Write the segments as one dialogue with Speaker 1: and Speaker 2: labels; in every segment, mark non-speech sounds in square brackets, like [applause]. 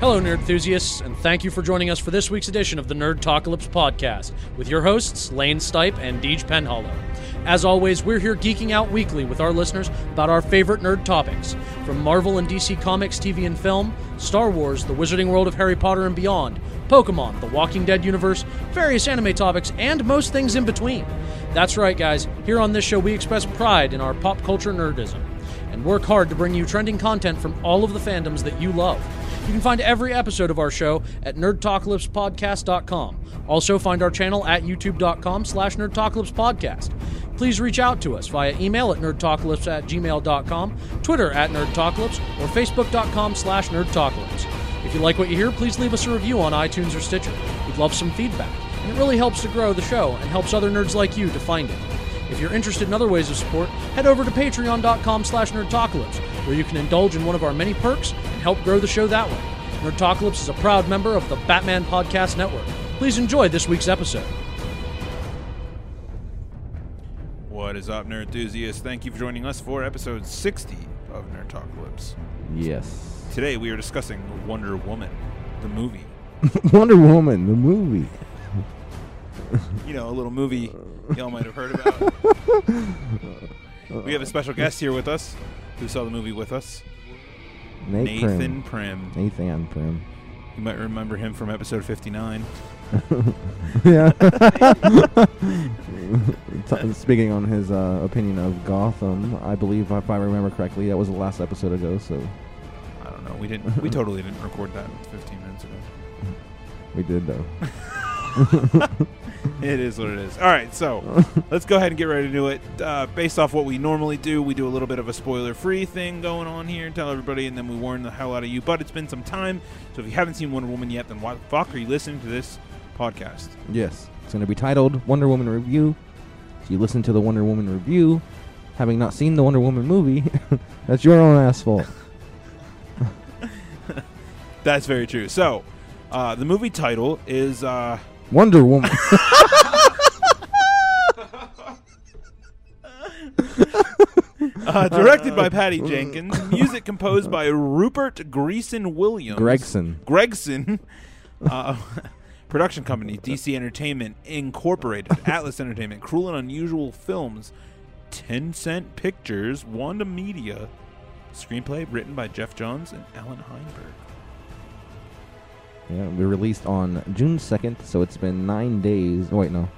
Speaker 1: Hello, nerd enthusiasts, and thank you for joining us for this week's edition of the Nerd Talkalypse podcast with your hosts, Lane Stipe and Deej Penhollow. As always, we're here geeking out weekly with our listeners about our favorite nerd topics from Marvel and DC Comics, TV and film, Star Wars, the Wizarding World of Harry Potter and beyond, Pokemon, the Walking Dead universe, various anime topics, and most things in between. That's right, guys, here on this show, we express pride in our pop culture nerdism and work hard to bring you trending content from all of the fandoms that you love. You can find every episode of our show at nerdtalklipspodcast.com. Also find our channel at youtube.com slash nerdtalklipspodcast. Please reach out to us via email at nerdtalklips at gmail.com, Twitter at nerdtalklips, or facebook.com slash nerdtalklips. If you like what you hear, please leave us a review on iTunes or Stitcher. We'd love some feedback, and it really helps to grow the show and helps other nerds like you to find it. If you're interested in other ways of support, head over to patreon.com slash nerdtalkalypse, where you can indulge in one of our many perks and help grow the show that way. Nerdtalkalypse is a proud member of the Batman Podcast Network. Please enjoy this week's episode.
Speaker 2: What is up, nerd enthusiasts? Thank you for joining us for episode 60 of Nerd Talk Lips.
Speaker 3: Yes.
Speaker 2: Today we are discussing Wonder Woman, the movie.
Speaker 3: [laughs] Wonder Woman, the movie.
Speaker 2: You know, a little movie y'all might have heard about. we have a special guest here with us who saw the movie with us,
Speaker 3: Nate
Speaker 2: Nathan Prim.
Speaker 3: Prim. Nathan Prim.
Speaker 2: You might remember him from episode 59.
Speaker 3: yeah. [laughs] T- Speaking on his uh, opinion of Gotham, I believe if I remember correctly, that was the last episode ago. So
Speaker 2: I don't know. We didn't. We totally didn't record that 15 minutes ago.
Speaker 3: we did though.
Speaker 2: It is what it is. All right, so let's go ahead and get ready to do it. Uh, based off what we normally do, we do a little bit of a spoiler-free thing going on here, tell everybody, and then we warn the hell out of you. But it's been some time, so if you haven't seen Wonder Woman yet, then why the fuck are you listening to this podcast?
Speaker 3: Yes. It's going to be titled Wonder Woman Review. If you listen to the Wonder Woman review, having not seen the Wonder Woman movie, [laughs] that's your own ass fault.
Speaker 2: That's very true. So uh, the movie title is uh,
Speaker 3: Wonder Woman.
Speaker 2: uh, directed by Patty Jenkins, music composed by Rupert Greason Williams.
Speaker 3: Gregson.
Speaker 2: Gregson, [laughs] uh, production company DC Entertainment Incorporated, Atlas Entertainment, Cruel and Unusual Films, Ten Cent Pictures, Wanda Media. Screenplay written by Jeff Johns and Alan Heinberg.
Speaker 3: Yeah, we released on June 2nd, so it's been nine days. Wait, no.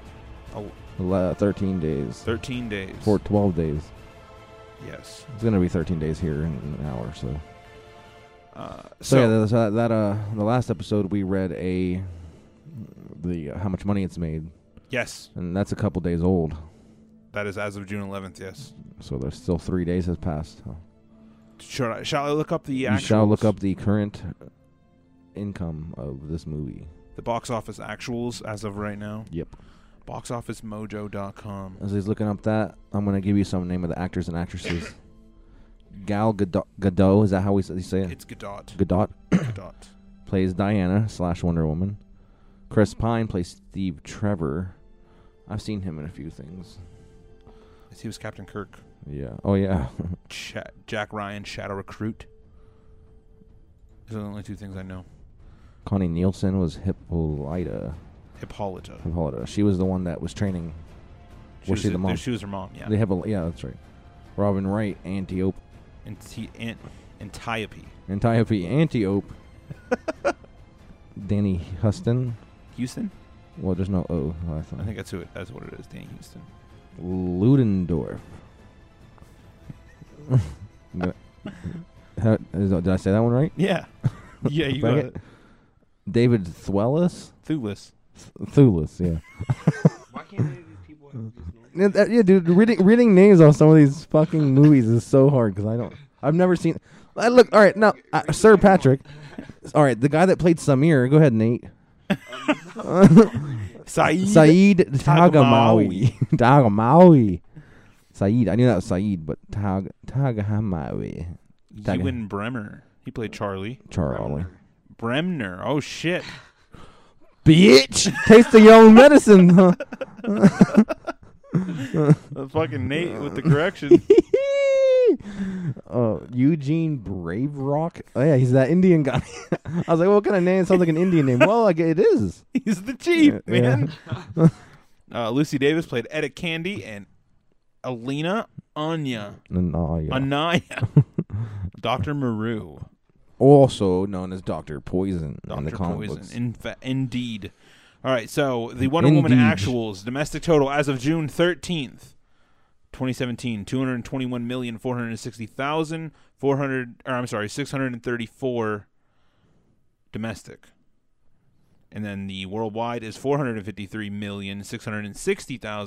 Speaker 2: Oh,
Speaker 3: Ele- 13 days.
Speaker 2: 13 days.
Speaker 3: For 12 days.
Speaker 2: Yes.
Speaker 3: It's gonna be 13 days here in an hour. So,
Speaker 2: Uh,
Speaker 3: so,
Speaker 2: so,
Speaker 3: yeah, that- so that, that uh, the last episode we read a the uh, how much money it's made,
Speaker 2: yes,
Speaker 3: and that's a couple days old.
Speaker 2: that is as of June 11th. Yes.
Speaker 3: So there's still three days has passed. Huh.
Speaker 2: Should I, shall I look up the
Speaker 3: you shall
Speaker 2: actuals?
Speaker 3: look up the current income of this movie.
Speaker 2: the box office actuals as of right now.
Speaker 3: Yep.
Speaker 2: Boxofficemojo.com.
Speaker 3: As he's looking up that, I'm gonna give you some name of the actors and actresses. Gal Gadot, Gadot is that how we say, you say it?
Speaker 2: It's Godot.
Speaker 3: [coughs] Gadot
Speaker 2: Godot.
Speaker 3: plays Diana slash Wonder Woman. Chris Pine plays Steve Trevor. I've seen him in a few things.
Speaker 2: He was Captain Kirk.
Speaker 3: Yeah. Oh yeah. [laughs]
Speaker 2: Cha Jack Ryan, Shadow Recruit. Those are the only two things I know.
Speaker 3: Connie Nielsen was Hippolyta.
Speaker 2: Hippolyta.
Speaker 3: Hippolyta. She was the one that was training. Was she
Speaker 2: her-
Speaker 3: the mom?
Speaker 2: She was her mom. Yeah.
Speaker 3: The Hippo- yeah, that's right. Robin Wright, Antiope,
Speaker 2: Anti- Ant- Antiope.
Speaker 3: Antiope, Antiope.
Speaker 2: [laughs]
Speaker 3: Danny Huston.
Speaker 2: Houston.
Speaker 3: Well, there's no O. I thought.
Speaker 2: I think that's who it. That's what it is. Dan Houston.
Speaker 3: Ludendorff. No. How- is- did I say that one right?
Speaker 2: Yeah. [laughs] yeah, you got
Speaker 3: Bang
Speaker 2: it.
Speaker 3: it. David Thwellis.
Speaker 2: Thulis.
Speaker 3: Thulis, yeah.
Speaker 4: Why can't any of these people have
Speaker 3: [laughs]
Speaker 4: these names?
Speaker 3: Yeah, that- yeah, dude. Reading reading names on some of these fucking movies is so hard because I don't. I've never seen. I look. All right, now, uh, Sir Patrick. All right, the guy that played Samir. Go ahead, Nate.
Speaker 2: Saeed.
Speaker 3: Saeed
Speaker 2: Tagamawi.
Speaker 3: Tagamawi. [laughs] Tagamawi. Saeed. I knew that was Saeed, but Tag Tagamawi. Tag-
Speaker 2: Ewan Bremer. He played Charlie.
Speaker 3: Charlie.
Speaker 2: Bremner. Oh [laughs] shit.
Speaker 3: Bitch, taste of your own medicine. Huh? [laughs]
Speaker 2: The fucking Nate with the correction.
Speaker 3: Uh, Eugene Brave Rock. Oh yeah, he's that Indian guy. [laughs] I was like, what kind of name? It sounds like an Indian name. Well, like, it is.
Speaker 2: [laughs]
Speaker 3: [laughs]
Speaker 2: He's the chief,
Speaker 3: Yeah, yeah. [laughs]
Speaker 2: man. uh, Lucy Davis played Etta Candy and Alina Anya.
Speaker 3: And, oh, yeah. [laughs]
Speaker 2: Anaya. Dr. Maru.
Speaker 3: also known as Doctor Poison in the
Speaker 2: Dr.
Speaker 3: comic
Speaker 2: Poison.
Speaker 3: books.
Speaker 2: In fa- indeed. All right, so the Wonder Woman
Speaker 3: Indeed.
Speaker 2: actuals domestic total as of June 13th, 2017, 221,460,400 or I'm sorry, 634 domestic. And then the worldwide is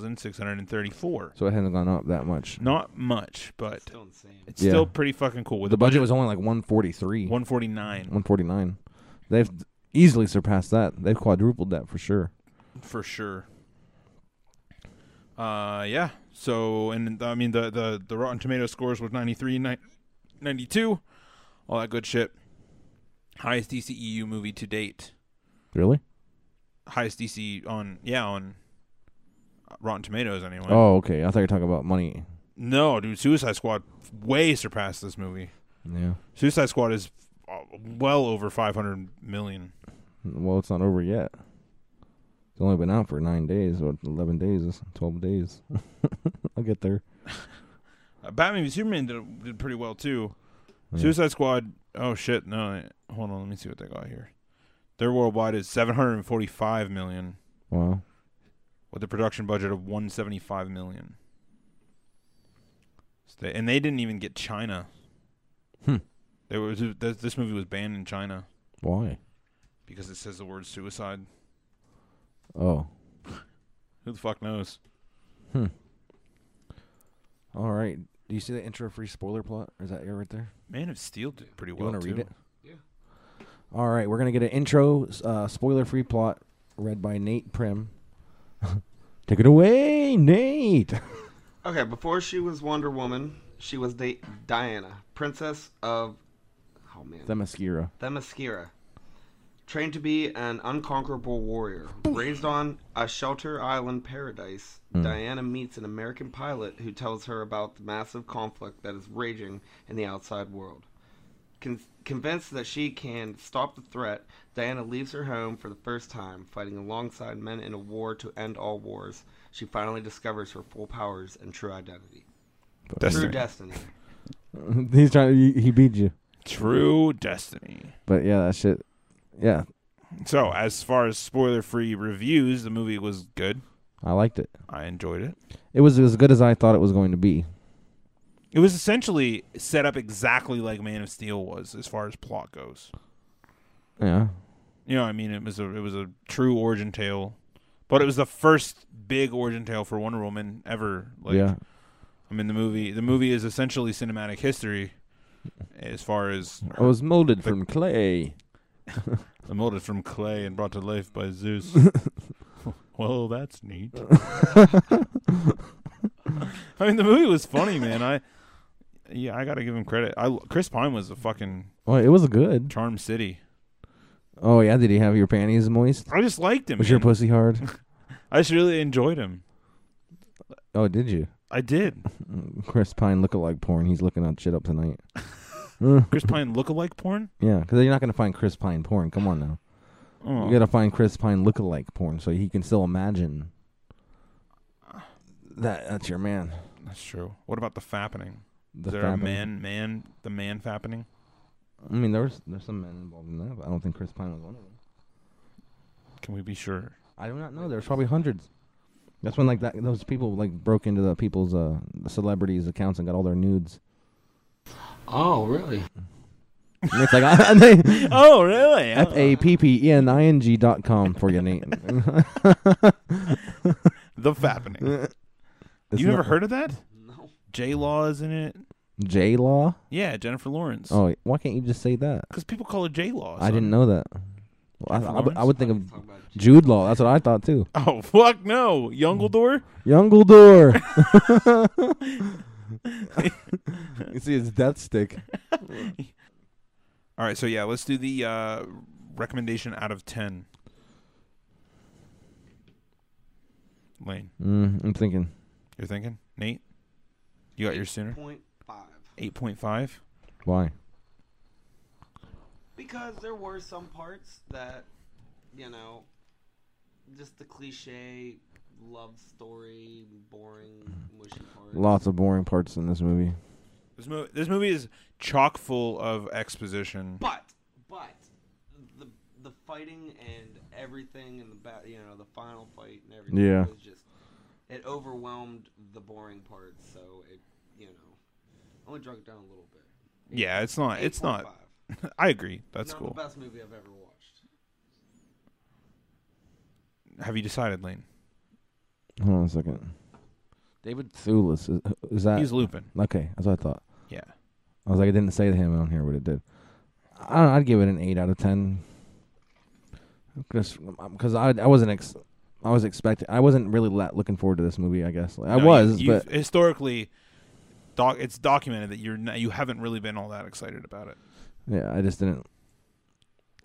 Speaker 2: 453,660,634.
Speaker 3: so it hasn't gone up that much.
Speaker 2: Not much, but
Speaker 4: Still insane.
Speaker 2: it's
Speaker 3: Yeah.
Speaker 2: still pretty fucking cool. With
Speaker 3: The budget was only like 143,
Speaker 2: 149
Speaker 3: 149. They've easily surpassed that. They've quadrupled that for sure.
Speaker 2: for sure. Uh, yeah. So, and I mean, the the the Rotten Tomato scores was 93, ni- 92, all that good shit. Highest DCEU movie to date.
Speaker 3: Really?
Speaker 2: Highest DC on yeah on Rotten Tomatoes anyway.
Speaker 3: Oh, okay. I thought you were talking about money.
Speaker 2: No, dude, Suicide Squad way surpassed this movie.
Speaker 3: Yeah.
Speaker 2: Suicide Squad is uh, well over 500 million.
Speaker 3: Well, it's not over yet. It's only been out for nine days or eleven days, twelve days. [laughs] I'll get there.
Speaker 2: Uh, Batman v Superman did, did pretty well too.
Speaker 3: Yeah.
Speaker 2: Suicide Squad. Oh shit! No, I- hold on. Let me see what they got here. Their worldwide is 745 million
Speaker 3: Wow.
Speaker 2: with a production budget of 175 million. So they, and they didn't even get China.
Speaker 3: Hmm.
Speaker 2: They were, this, this movie was banned in China
Speaker 3: Why?
Speaker 2: because it says the word suicide.
Speaker 3: Oh.
Speaker 2: Who the fuck knows?
Speaker 3: All right. Do you see the intro free spoiler plot? Or is that it right there?
Speaker 2: Man of Steel did pretty
Speaker 3: You
Speaker 2: well.
Speaker 3: want to read
Speaker 2: too.
Speaker 3: it?
Speaker 4: Yeah.
Speaker 3: All right, we're gonna get an intro, uh, spoiler-free plot read by Nate Prim. [laughs] Take it away, [laughs] Nate.
Speaker 4: Okay, before she was Wonder Woman, she was Di- Diana, princess of. Oh man.
Speaker 3: Themyscira.
Speaker 4: Themyscira. Trained to be an unconquerable warrior, raised on a shelter island paradise,
Speaker 3: Hmm.
Speaker 4: Diana meets an American pilot who tells her about the massive conflict that is raging in the outside world. Con- convinced that she can stop the threat, Diana leaves her home for the first time, fighting alongside men in a war to end all wars. She finally discovers her full powers and true identity. True
Speaker 2: Destiny.
Speaker 4: destiny.
Speaker 3: [laughs] He's trying. He, he beat you.
Speaker 2: True destiny.
Speaker 3: But yeah, that shit. Yeah,
Speaker 2: So, as far as spoiler-free reviews, the movie was good.
Speaker 3: I liked it.
Speaker 2: I enjoyed it.
Speaker 3: It was as good as I thought it was going to be.
Speaker 2: It was essentially set up exactly like Man of Steel was as far as plot goes.
Speaker 3: Yeah.
Speaker 2: You know, I mean, it was a it was a true origin tale, but it was the first big origin tale for Wonder Woman ever. Like,
Speaker 3: yeah.
Speaker 2: I mean, the movie the movie is essentially cinematic history as far as
Speaker 3: I was molded from clay.
Speaker 2: molded from clay and brought to life by Zeus. well, that's neat. I mean, the movie was funny, man. I yeah, I gotta give him credit. I Chris Pine was a fucking
Speaker 3: Oh, it was good.
Speaker 2: charm city.
Speaker 3: Oh yeah, did he have your panties moist?
Speaker 2: I just liked him.
Speaker 3: Was your
Speaker 2: man.
Speaker 3: pussy hard?
Speaker 2: [laughs] I just really enjoyed him.
Speaker 3: Oh, did you?
Speaker 2: I did.
Speaker 3: Mm, Chris Pine look-alike porn. He's looking up shit up tonight.
Speaker 2: Chris Pine lookalike
Speaker 3: [laughs]
Speaker 2: porn.
Speaker 3: Yeah, because you're not gonna find Chris Pine porn. Come on now.
Speaker 2: Oh.
Speaker 3: You gotta find Chris Pine lookalike porn so he can still imagine that that's your man.
Speaker 2: That's true. What about the fappening?
Speaker 3: The
Speaker 2: Is there
Speaker 3: fapping.
Speaker 2: a man, man, the man fappening?
Speaker 3: I mean, there's there's some men involved in that, but I don't think Chris Pine was one of them.
Speaker 2: Can we be
Speaker 3: [laughs]
Speaker 2: sure?
Speaker 3: I do not know. There's probably hundreds. That's when like that those people like broke into the people's uh the celebrities' accounts and got all their nudes.
Speaker 4: Oh, really?
Speaker 3: And it's like [laughs] I,
Speaker 2: [laughs]
Speaker 3: I,
Speaker 2: Oh, really?
Speaker 3: F A P P E N I N G dot com for you,
Speaker 2: [laughs]
Speaker 3: Nate. [laughs]
Speaker 2: The
Speaker 3: [laughs]
Speaker 2: fappening. you never heard of that?
Speaker 4: No.
Speaker 2: J Law is in it.
Speaker 3: J Law?
Speaker 2: Yeah, Jennifer Lawrence.
Speaker 3: Oh, why can't you just say that?
Speaker 2: because people call it J Law.
Speaker 3: I didn't know that. Well, I,
Speaker 2: Jennifer
Speaker 3: I, would, I
Speaker 2: Lawrence?
Speaker 3: would think
Speaker 2: [laughs]
Speaker 4: Talk
Speaker 3: of
Speaker 4: about
Speaker 3: Jude Law. That's what I thought too.
Speaker 2: Oh [laughs] fuck no, Youngledore.
Speaker 3: Mm.
Speaker 2: [laughs]
Speaker 3: Youngledore. you see his death stick.
Speaker 2: All right, so yeah, let's do the uh, recommendation out of ten. Lane,
Speaker 3: Mm, I'm thinking. Mm,
Speaker 2: you're thinking? Nate, you got your sooner?
Speaker 4: Point five.
Speaker 2: Eight point five.
Speaker 3: Why?
Speaker 4: because there were some parts that you know just the cliche love story boring
Speaker 2: Mm-hmm.
Speaker 4: mushy parts
Speaker 3: Lots of boring parts in this movie.
Speaker 2: This movie, this movie is chock full of exposition.
Speaker 4: but but the the fighting and everything and the bat you know the final fight and everything
Speaker 3: Yeah.
Speaker 4: was just it overwhelmed the boring parts so it you know only drug it down a little bit
Speaker 2: Yeah, it's not. It's not.
Speaker 4: 8.5.
Speaker 2: I agree. That's
Speaker 4: not
Speaker 2: cool.
Speaker 4: the best movie I've ever watched
Speaker 2: Have you decided, Lane?
Speaker 3: Hold on a second. David Thewlis is, is that?
Speaker 2: He's Lupin.
Speaker 3: okay, that's what I thought.
Speaker 2: Yeah.
Speaker 3: I was like, I didn't say to him on here what it did. I don't know, I'd give it an eight out of ten. Just because I I wasn't ex- I was expecting I wasn't really that looking forward to this movie. I guess like, I
Speaker 2: No,
Speaker 3: was,
Speaker 2: you,
Speaker 3: but
Speaker 2: you've historically, doc, it's documented that you're not, you haven't really been all that excited about it.
Speaker 3: yeah, I just didn't.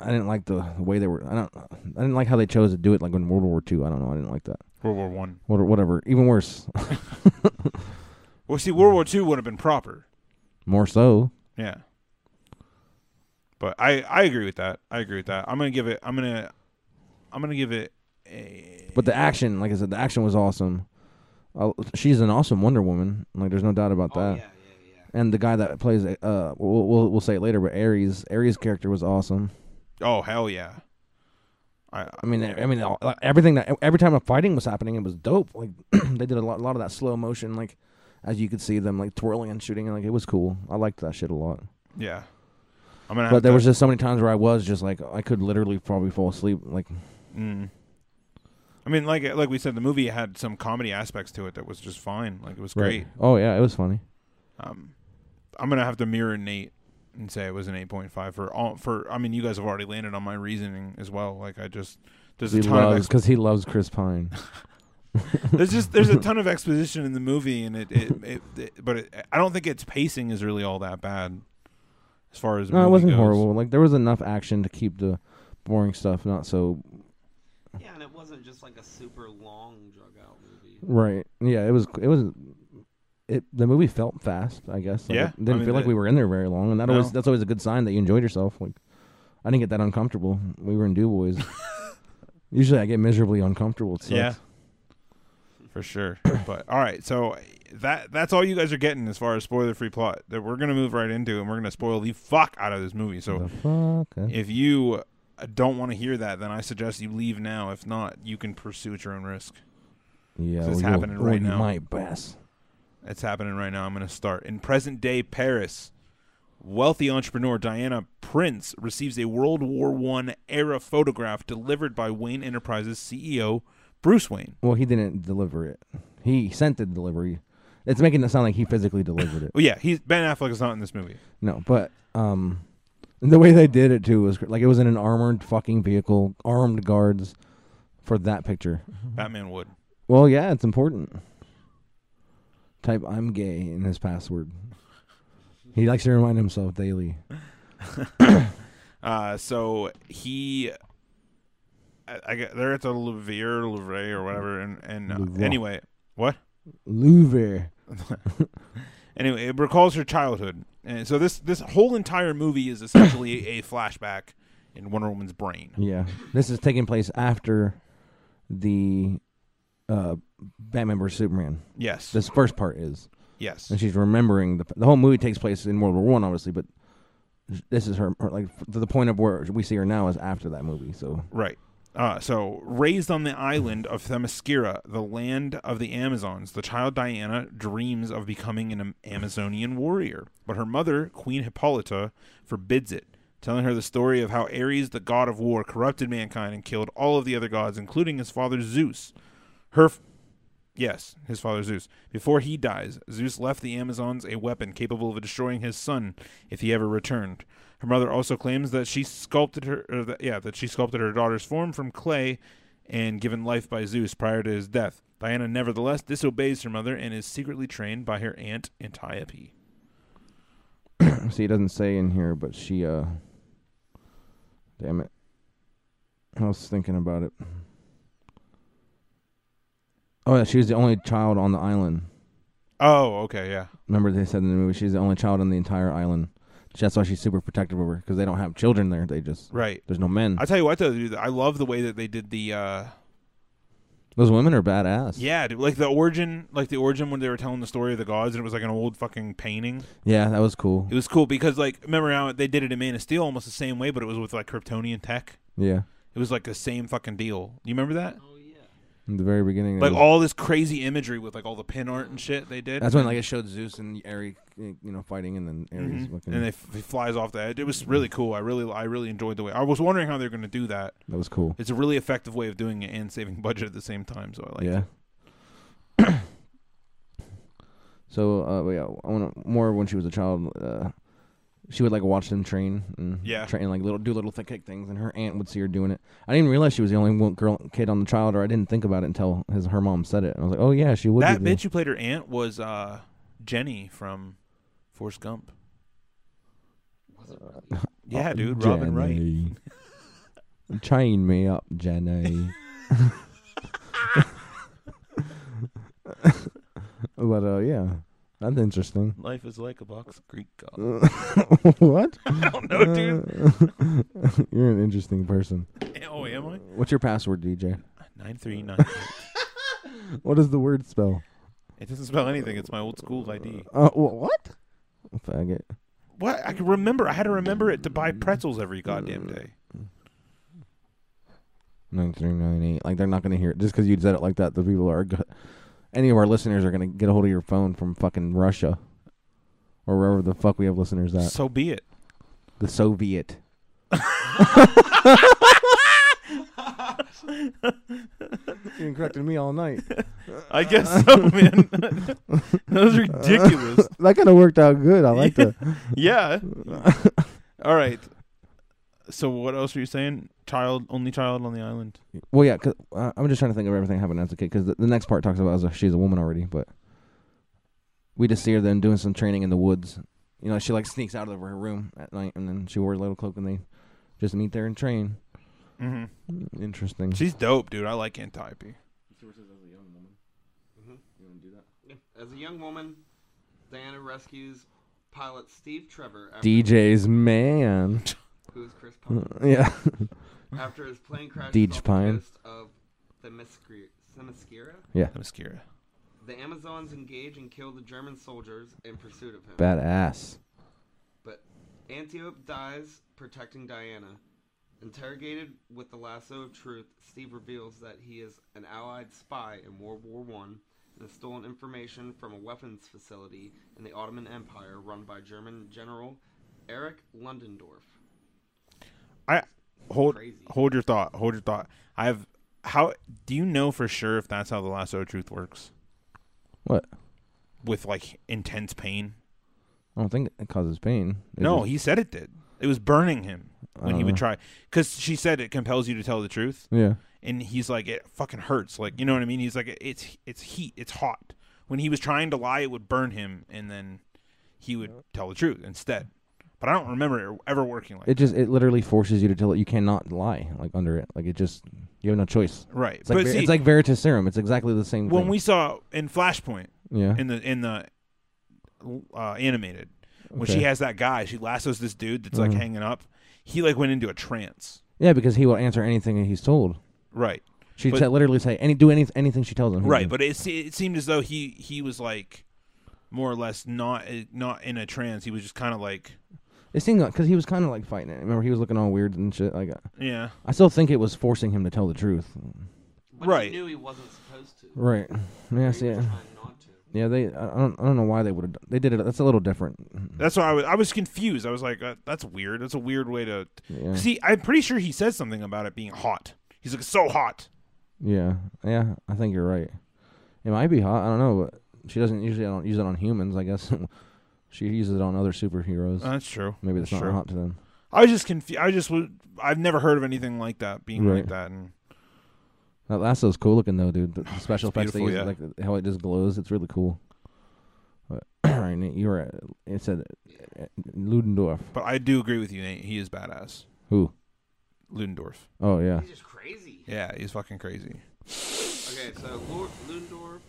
Speaker 3: I didn't like the way they were. I don't. I didn't like how they chose to do it, like in World War II. I don't know. I didn't like that.
Speaker 2: World War One.
Speaker 3: What, whatever. Even worse. [laughs]
Speaker 2: Well, see, World War Two would have been proper.
Speaker 3: More so.
Speaker 2: Yeah. But I I agree with that. I agree with that. I'm gonna give it. I'm gonna. I'm gonna give it a.
Speaker 3: But the action, like I said, the action was awesome. Uh, she's an awesome Wonder Woman. Like, there's no doubt about
Speaker 4: oh yeah
Speaker 3: that.
Speaker 4: yeah yeah
Speaker 3: And the guy that plays, uh, we'll, we'll we'll say it later, but Ares, Ares' character was awesome.
Speaker 2: oh hell yeah. I
Speaker 3: I mean, I mean, all- like, everything that e-, every time a fighting was happening, it was dope. Like, [clears throat] they did a lot, a lot of that slow motion, like as you could see them like twirling and shooting, and like it was cool. I liked that shit a lot.
Speaker 2: yeah. I'm gonna. have
Speaker 3: But there
Speaker 2: to-
Speaker 3: was just so many times where I was just like, I could literally probably fall asleep. Like,
Speaker 2: Mm. I mean, like like we said, the movie had some comedy aspects to it that was just fine. Like it was great.
Speaker 3: Oh yeah, it was funny.
Speaker 2: Um, I'm gonna have to mirror Nate and say it was an 8.5 for all. For I mean, you guys have already landed on my reasoning as well. Like I just there's
Speaker 3: He
Speaker 2: a ton of
Speaker 3: loves
Speaker 2: ex-
Speaker 3: because he loves Chris Pine.
Speaker 2: there's just there's a ton of exposition in the movie, and it it, it, it- but it, I don't think its pacing is really all that bad. As far as the
Speaker 3: No, it
Speaker 2: movie
Speaker 3: wasn't
Speaker 2: goes.
Speaker 3: horrible. Like there was enough action to keep the boring stuff not so
Speaker 4: Yeah, and it wasn't just like a super long drug out movie.
Speaker 3: right. Yeah, it was. It was. It the movie felt fast. I guess. Like,
Speaker 2: Yeah,
Speaker 3: it
Speaker 2: I
Speaker 3: didn't
Speaker 2: mean,
Speaker 3: feel like
Speaker 2: the-
Speaker 3: we were in there very long, and that always
Speaker 2: No.
Speaker 3: that's always a good sign that you enjoyed yourself. Like I didn't get that uncomfortable. We were in Du Bois.
Speaker 2: [laughs]
Speaker 3: Usually, I get miserably uncomfortable. It sucks.
Speaker 2: Yeah. For sure. But all right, so that that's all you guys are getting as far as spoiler free plot that we're gonna move right into, and we're gonna spoil the fuck out of this movie. So
Speaker 3: The fuck? eh?
Speaker 2: if you uh, don't want to hear that, then I suggest you leave now. If not, you can pursue at your own risk.
Speaker 3: Yeah,
Speaker 2: it's
Speaker 3: you'll-
Speaker 2: happening
Speaker 3: oh,
Speaker 2: right
Speaker 3: you
Speaker 2: now.
Speaker 3: might best.
Speaker 2: It's happening right now. I'm going to start. In present day Paris, wealthy entrepreneur Diana Prince receives a World War One era photograph delivered by Wayne Enterprises CEO Bruce Wayne.
Speaker 3: Well, he didn't deliver it. He sent the delivery. It's making it sound like he physically delivered it.
Speaker 2: Oh yeah, he's Ben Affleck is not in this movie.
Speaker 3: No, but um, the way they did it too was cr- like it was in an armored fucking vehicle, armed guards for that picture.
Speaker 2: Batman would.
Speaker 3: Well, yeah, it's important. Type "I'm gay" in his password. He likes to remind himself daily.
Speaker 2: Uh, so he, I, I get- they're at the Louvre, Louvre or whatever, and and uh,
Speaker 3: Louvre.
Speaker 2: anyway, what?
Speaker 3: Louvre.
Speaker 2: Anyway, it recalls her childhood, and so this this whole entire movie is essentially a flashback in Wonder Woman's brain.
Speaker 3: Yeah, this is taking place after the uh, Batman vs Superman.
Speaker 2: Yes,
Speaker 3: This first part is,
Speaker 2: yes,
Speaker 3: and she's remembering the the whole movie takes place in World War One, obviously, but this is her, her like to the point of where we see her now is after that movie. So
Speaker 2: right. Uh, so raised on the island of Themyscira, the land of the Amazons, the child Diana dreams of becoming an Am- Amazonian warrior, but her mother, Queen Hippolyta, forbids it, telling her the story of how Ares, the god of war, corrupted mankind and killed all of the other gods, including his father Zeus. Her f- Yes, his father Zeus. Before he dies, Zeus left the Amazons a weapon capable of destroying his son if he ever returned. Her mother also claims that she sculpted her, or that, yeah, that she sculpted her daughter's form from clay and given life by Zeus prior to his death. Diana nevertheless disobeys her mother and is secretly trained by her aunt Antiope.
Speaker 3: See, it doesn't say in here, but she, uh. Damn it. I was thinking about it. Oh, yeah, she was the only child on the island.
Speaker 2: Oh, okay, yeah.
Speaker 3: Remember they said in the movie she's the only child on the entire island. That's why she's super protective over because they don't have children there. They just
Speaker 2: Right.
Speaker 3: there's no men.
Speaker 2: I tell you what, though, dude, I love the way that they did the. uh
Speaker 3: Those women are badass.
Speaker 2: Yeah, dude, like the origin, like the origin when they were telling the story of the gods, and it was like an old fucking painting.
Speaker 3: yeah, that was cool.
Speaker 2: It was cool because, like, remember how they did it in Man of Steel almost the same way, but it was with like Kryptonian tech.
Speaker 3: Yeah,
Speaker 2: It was like the same fucking deal. You remember that?
Speaker 3: in the very beginning. it
Speaker 2: Like
Speaker 3: was-
Speaker 2: all this crazy imagery with like all the pin art and shit they did.
Speaker 3: That's when like it showed Zeus and Ares, you know, fighting, and then Ares.
Speaker 2: Mhm.
Speaker 3: Fucking,
Speaker 2: and they, f- he flies off the edge. It was really cool. I really, I really enjoyed the way. I was wondering how they're going to do that.
Speaker 3: that was cool.
Speaker 2: It's a really effective way of doing it and saving [laughs] budget at the same time. So I like.
Speaker 3: yeah. [coughs] so, uh, but yeah, I want more when she was a child. Uh, she would like watch them train and
Speaker 2: Yeah.
Speaker 3: train like little do little th- kick things, and her aunt would see her doing it. I didn't realize she was the only one girl kid on the child, or I didn't think about it until his her mom said it, and I was like, oh yeah, she would.
Speaker 2: That
Speaker 3: be the-
Speaker 2: bitch who played her aunt was uh, Jenny from Forrest Gump. Yeah, dude, Robin Wright.
Speaker 3: Oh, Jenny. [laughs] Chain me up,
Speaker 2: [laughs]
Speaker 3: Jenny. [laughs] but uh, yeah, that's interesting.
Speaker 2: Life is like a box of Greek gods.
Speaker 3: [laughs] what? [laughs]
Speaker 2: I [laughs] don't know, dude.
Speaker 3: You're an interesting person.
Speaker 2: Oh, am I?
Speaker 3: What's your password, DJ?
Speaker 2: Nine three nine.
Speaker 3: What does the word spell?
Speaker 2: It doesn't spell anything. It's my old school ID.
Speaker 3: Uh, wh- what? Faggot.
Speaker 2: What? I can remember. I had to remember it to buy pretzels every goddamn day.
Speaker 3: Nine three nine eight. Like they're not gonna hear it just because you said it like that. The people are. go- Any of our listeners are gonna get a hold of your phone from fucking Russia, or wherever the fuck we have listeners at.
Speaker 2: So be it.
Speaker 3: The Soviet. you corrected me all night.
Speaker 2: [laughs] I guess so, man. [laughs] that
Speaker 3: [laughs]
Speaker 2: was ridiculous.
Speaker 3: That kind of worked out good. I [laughs] like that.
Speaker 2: yeah. [laughs] All right. So what else are you saying? Child, only child on the island.
Speaker 3: Well, yeah, 'cause, uh, I'm just trying to think of everything that happened as a kid because the, the next part talks about as a, she's a woman already, but we just see her then doing some training in the woods. You know, she like sneaks out of her room at night and then she wears a little cloak and they just meet there and train.
Speaker 2: Mm-hmm.
Speaker 3: Interesting.
Speaker 2: She's dope, dude. I like Antiope.
Speaker 4: As a young woman, Diana rescues pilot Steve Trevor, after,
Speaker 3: DJ's
Speaker 2: [laughs]
Speaker 3: man.
Speaker 4: who is Chris Pine,
Speaker 3: yeah.
Speaker 4: after his plane crash
Speaker 3: Deej
Speaker 4: off
Speaker 3: Pine.
Speaker 4: the coast of Themyscira. Themyscira?
Speaker 2: Mascara.
Speaker 4: The Amazons engage and kill the German soldiers in pursuit of him.
Speaker 3: Badass.
Speaker 4: But Antiope dies protecting Diana. Interrogated with the lasso of truth, Steve reveals that he is an Allied spy in World War One and has stolen information from a weapons facility in the Ottoman Empire run by German General Erich Ludendorff.
Speaker 2: I hold
Speaker 4: Crazy.
Speaker 2: hold your thought. Hold your thought. I have how do you know for sure if that's how the lasso of truth works
Speaker 3: What?
Speaker 2: with like intense pain?
Speaker 3: I don't think it causes pain. It
Speaker 2: no,
Speaker 3: just-
Speaker 2: he said it did. It was burning him when he
Speaker 3: Uh.
Speaker 2: would try cuz she said it compels you to tell the truth
Speaker 3: yeah.
Speaker 2: and he's like it fucking hurts. Like, you know what I mean? He's like it's it's heat, it's hot. When he was trying to lie it would burn him and then he would tell the truth instead. But I don't remember it ever working like
Speaker 3: It just it literally forces you to tell it. You cannot lie like under it. Like it just you have no choice.
Speaker 2: that. Right.
Speaker 3: It's like
Speaker 2: but
Speaker 3: ver-
Speaker 2: see,
Speaker 3: it's like Veritas serum. It's exactly the same
Speaker 2: when
Speaker 3: thing.
Speaker 2: we saw in Flashpoint
Speaker 3: yeah.
Speaker 2: in the in the uh, animated when
Speaker 3: Okay. Mm-hmm.
Speaker 2: she has that guy she lassos this dude that's like hanging up he like went into a trance
Speaker 3: yeah, because he will answer anything he's told.
Speaker 2: right
Speaker 3: She
Speaker 2: But-
Speaker 3: said literally say any do any, anything she tells him. He'll
Speaker 2: right
Speaker 3: do.
Speaker 2: but it, se- it seemed as though he he was like more or less not eh, not in a trance he was just kind of like
Speaker 3: it seemed like because he was kind of like fighting it. Remember, he was looking all weird and shit. Like
Speaker 2: yeah
Speaker 3: I still think it was forcing him to tell the truth.
Speaker 4: But
Speaker 2: Right.
Speaker 4: he knew he wasn't supposed to.
Speaker 3: Right.
Speaker 4: He
Speaker 3: Yeah.
Speaker 4: was
Speaker 3: See, yeah.
Speaker 4: trying not to.
Speaker 3: yeah. They. I I don't. I don't know why they would have. They did it. That's a little different.
Speaker 2: that's why I was I was confused I was like uh, that's weird that's a weird way to
Speaker 3: Yeah.
Speaker 2: see I'm pretty sure he says something about it being hot he's like so hot
Speaker 3: Yeah, yeah, I think you're right. It might be hot. I don't know, but she doesn't usually I don't use it on humans. I guess [laughs] she uses it on other superheroes.
Speaker 2: Uh, that's true
Speaker 3: Maybe it's not
Speaker 2: sure.
Speaker 3: hot to them.
Speaker 2: I was just confused I just was I've never heard of anything like that being like
Speaker 3: Right.
Speaker 2: that and
Speaker 3: That lasso's cool looking though,
Speaker 2: [laughs]
Speaker 3: dude. The, the special effects they use,
Speaker 2: beautiful,
Speaker 3: like how it just glows, it's really cool. But [clears throat] all right, Nate, you were at, it said uh, Ludendorff.
Speaker 2: But I do agree with you, Nate. He is badass.
Speaker 3: Who?
Speaker 2: Ludendorff.
Speaker 3: Oh yeah,
Speaker 4: He's just crazy.
Speaker 2: Yeah, he's fucking crazy.
Speaker 4: Okay, so Lord Ludendorff,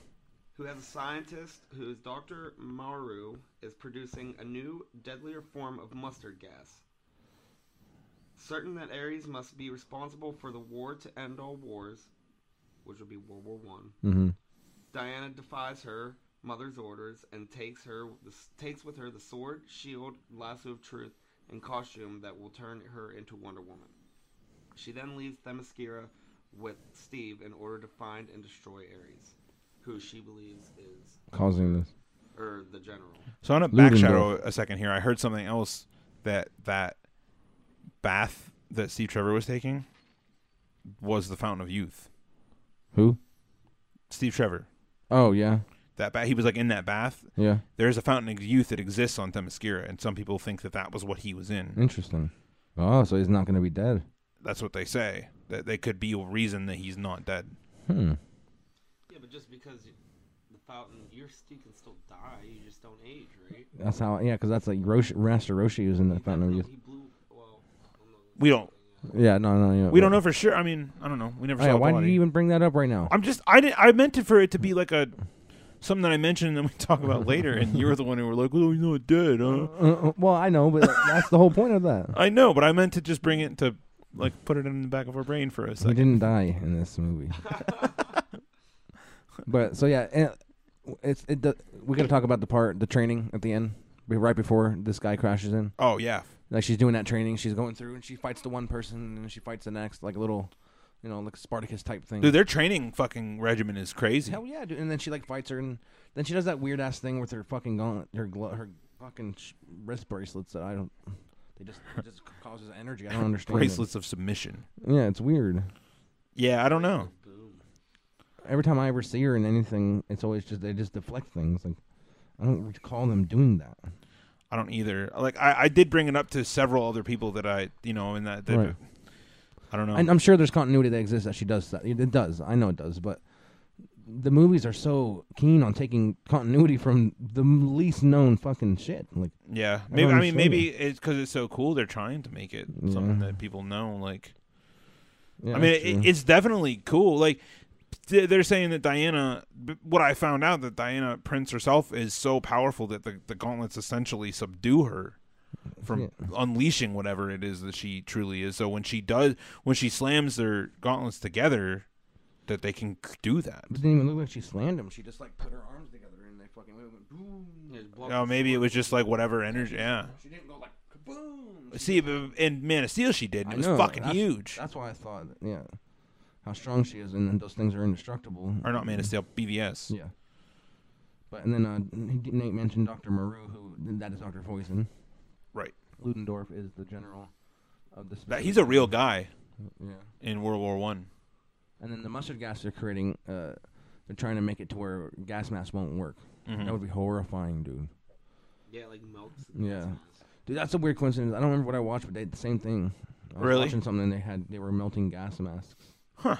Speaker 4: who has a scientist whose Dr. Maru is producing a new, deadlier form of mustard gas. Certain that Ares must be responsible for the war to end all wars, which would be World War One.
Speaker 3: Mm-hmm.
Speaker 4: Diana defies her mother's orders and takes her takes with her the sword, shield, lasso of truth, and costume that will turn her into Wonder Woman. She then leaves Themyscira with Steve in order to find and destroy Ares, who she believes is
Speaker 3: Causing this.
Speaker 4: or the general.
Speaker 2: So I'm gonna back
Speaker 3: Ludendorff.
Speaker 2: shadow a second here. I heard something else that that bath that Steve Trevor was taking was the fountain of youth.
Speaker 3: Who?
Speaker 2: Steve Trevor.
Speaker 3: Oh yeah,
Speaker 2: That bath, he was like in that bath.
Speaker 3: yeah.
Speaker 2: There is a fountain of youth that exists on Themyscira, and some people think that that was what he was
Speaker 3: Mm.
Speaker 2: in.
Speaker 3: Interesting. Oh, so he's not going to be dead.
Speaker 2: That's what they say. That they could be a reason that he's not dead.
Speaker 3: Hmm.
Speaker 4: Yeah, but just because you, the fountain, you're, you can still die. You just don't age, right?
Speaker 3: That's how. Yeah, because that's like Roshi, Master Roshi was in the [laughs] Fountain of Youth.
Speaker 4: He blew. Well, I don't know.
Speaker 2: We don't.
Speaker 3: Yeah. No. No. Yeah.
Speaker 2: We don't know for sure. I mean, I don't know. We never
Speaker 3: Oh,
Speaker 2: saw.
Speaker 3: yeah,
Speaker 2: a
Speaker 3: why did
Speaker 2: body.
Speaker 3: you even bring that up right now?
Speaker 2: I'm just. I didn't. I meant it for it to be like a something that I mentioned and we talk about later. And you were the one who were like, "Oh, he's not dead." Huh?
Speaker 3: Uh, uh, well, I know, but like, that's the whole point
Speaker 2: [laughs]
Speaker 3: of that.
Speaker 2: I know, but I meant to just bring it to like put it in the back of our brain for a
Speaker 3: He
Speaker 2: second.
Speaker 3: didn't die in this movie. but so yeah, and it's it. do- We got to talk about the part, the training at the end, be- right before this guy crashes in.
Speaker 2: Oh yeah,
Speaker 3: Like she's doing that training, she's going through, and she fights the one person, and she fights the next, like a little, you know, like Spartacus type thing.
Speaker 2: dude, their training fucking regimen is crazy.
Speaker 3: Hell yeah, dude. And then she like fights her, and then she does that weird ass thing with her fucking gauntlet, her glo- her fucking sh- wrist bracelets that I don't. They just it just [laughs] causes energy. I don't understand. it.
Speaker 2: Bracelets of submission.
Speaker 3: Yeah, it's weird.
Speaker 2: Yeah, I don't know.
Speaker 4: Boom.
Speaker 3: Every time I ever see her in anything, it's always just they just deflect things. Like I don't recall them doing that.
Speaker 2: I don't either. Like I, I did bring it up to several other people that I, you know, and that, that
Speaker 3: Right.
Speaker 2: I don't know.
Speaker 3: And I'm sure there's continuity that exists that she does that. It does. I know it does, but the movies are so keen on taking continuity from the least known fucking shit. Like
Speaker 2: yeah,
Speaker 3: I
Speaker 2: maybe.
Speaker 3: don't
Speaker 2: I, mean,
Speaker 3: understand
Speaker 2: maybe it's because it's so cool. They're trying to make it something that people know. Like,
Speaker 3: yeah,
Speaker 2: I mean,
Speaker 3: that's true.
Speaker 2: it, it's definitely cool. Like th- they're saying that Diana. b- What I found out that Diana Prince herself is so powerful that the, the gauntlets essentially subdue her from unleashing whatever it is that she truly is. So when she does, when she slams their gauntlets together, that they can c- do that.
Speaker 3: It didn't even look like she slammed him. She just like put her arms together and they fucking went boom.
Speaker 4: Yeah, just blow up
Speaker 2: Oh,
Speaker 4: the
Speaker 2: maybe it
Speaker 4: sword.
Speaker 2: was just like whatever energy. Yeah.
Speaker 3: She didn't go like kaboom.
Speaker 2: See, but in Man of Steel, she did. And
Speaker 3: I
Speaker 2: it was
Speaker 3: know,
Speaker 2: fucking
Speaker 3: that's-
Speaker 2: huge.
Speaker 3: That's why I thought, that, yeah, how strong she is, and then those things are indestructible.
Speaker 2: Or not Man of Steel, BVS.
Speaker 3: Mm. Yeah. But and then uh, Nate mentioned Dr. Maru, who that is Dr. Poison.
Speaker 2: Right.
Speaker 3: Ludendorff is the general of the.
Speaker 2: That, he's a real guy
Speaker 3: Yeah.
Speaker 2: in World War One.
Speaker 3: And then the mustard gas they're creating, uh, they're trying to make it to where gas masks won't work.
Speaker 2: Mm-hmm.
Speaker 3: That would be horrifying, dude.
Speaker 4: Yeah, like melts.
Speaker 3: Yeah. Dude, that's a weird coincidence. I don't remember what I watched, but they had the same thing. I was
Speaker 2: Really?
Speaker 3: watching something and they had they were melting gas masks.
Speaker 2: Huh.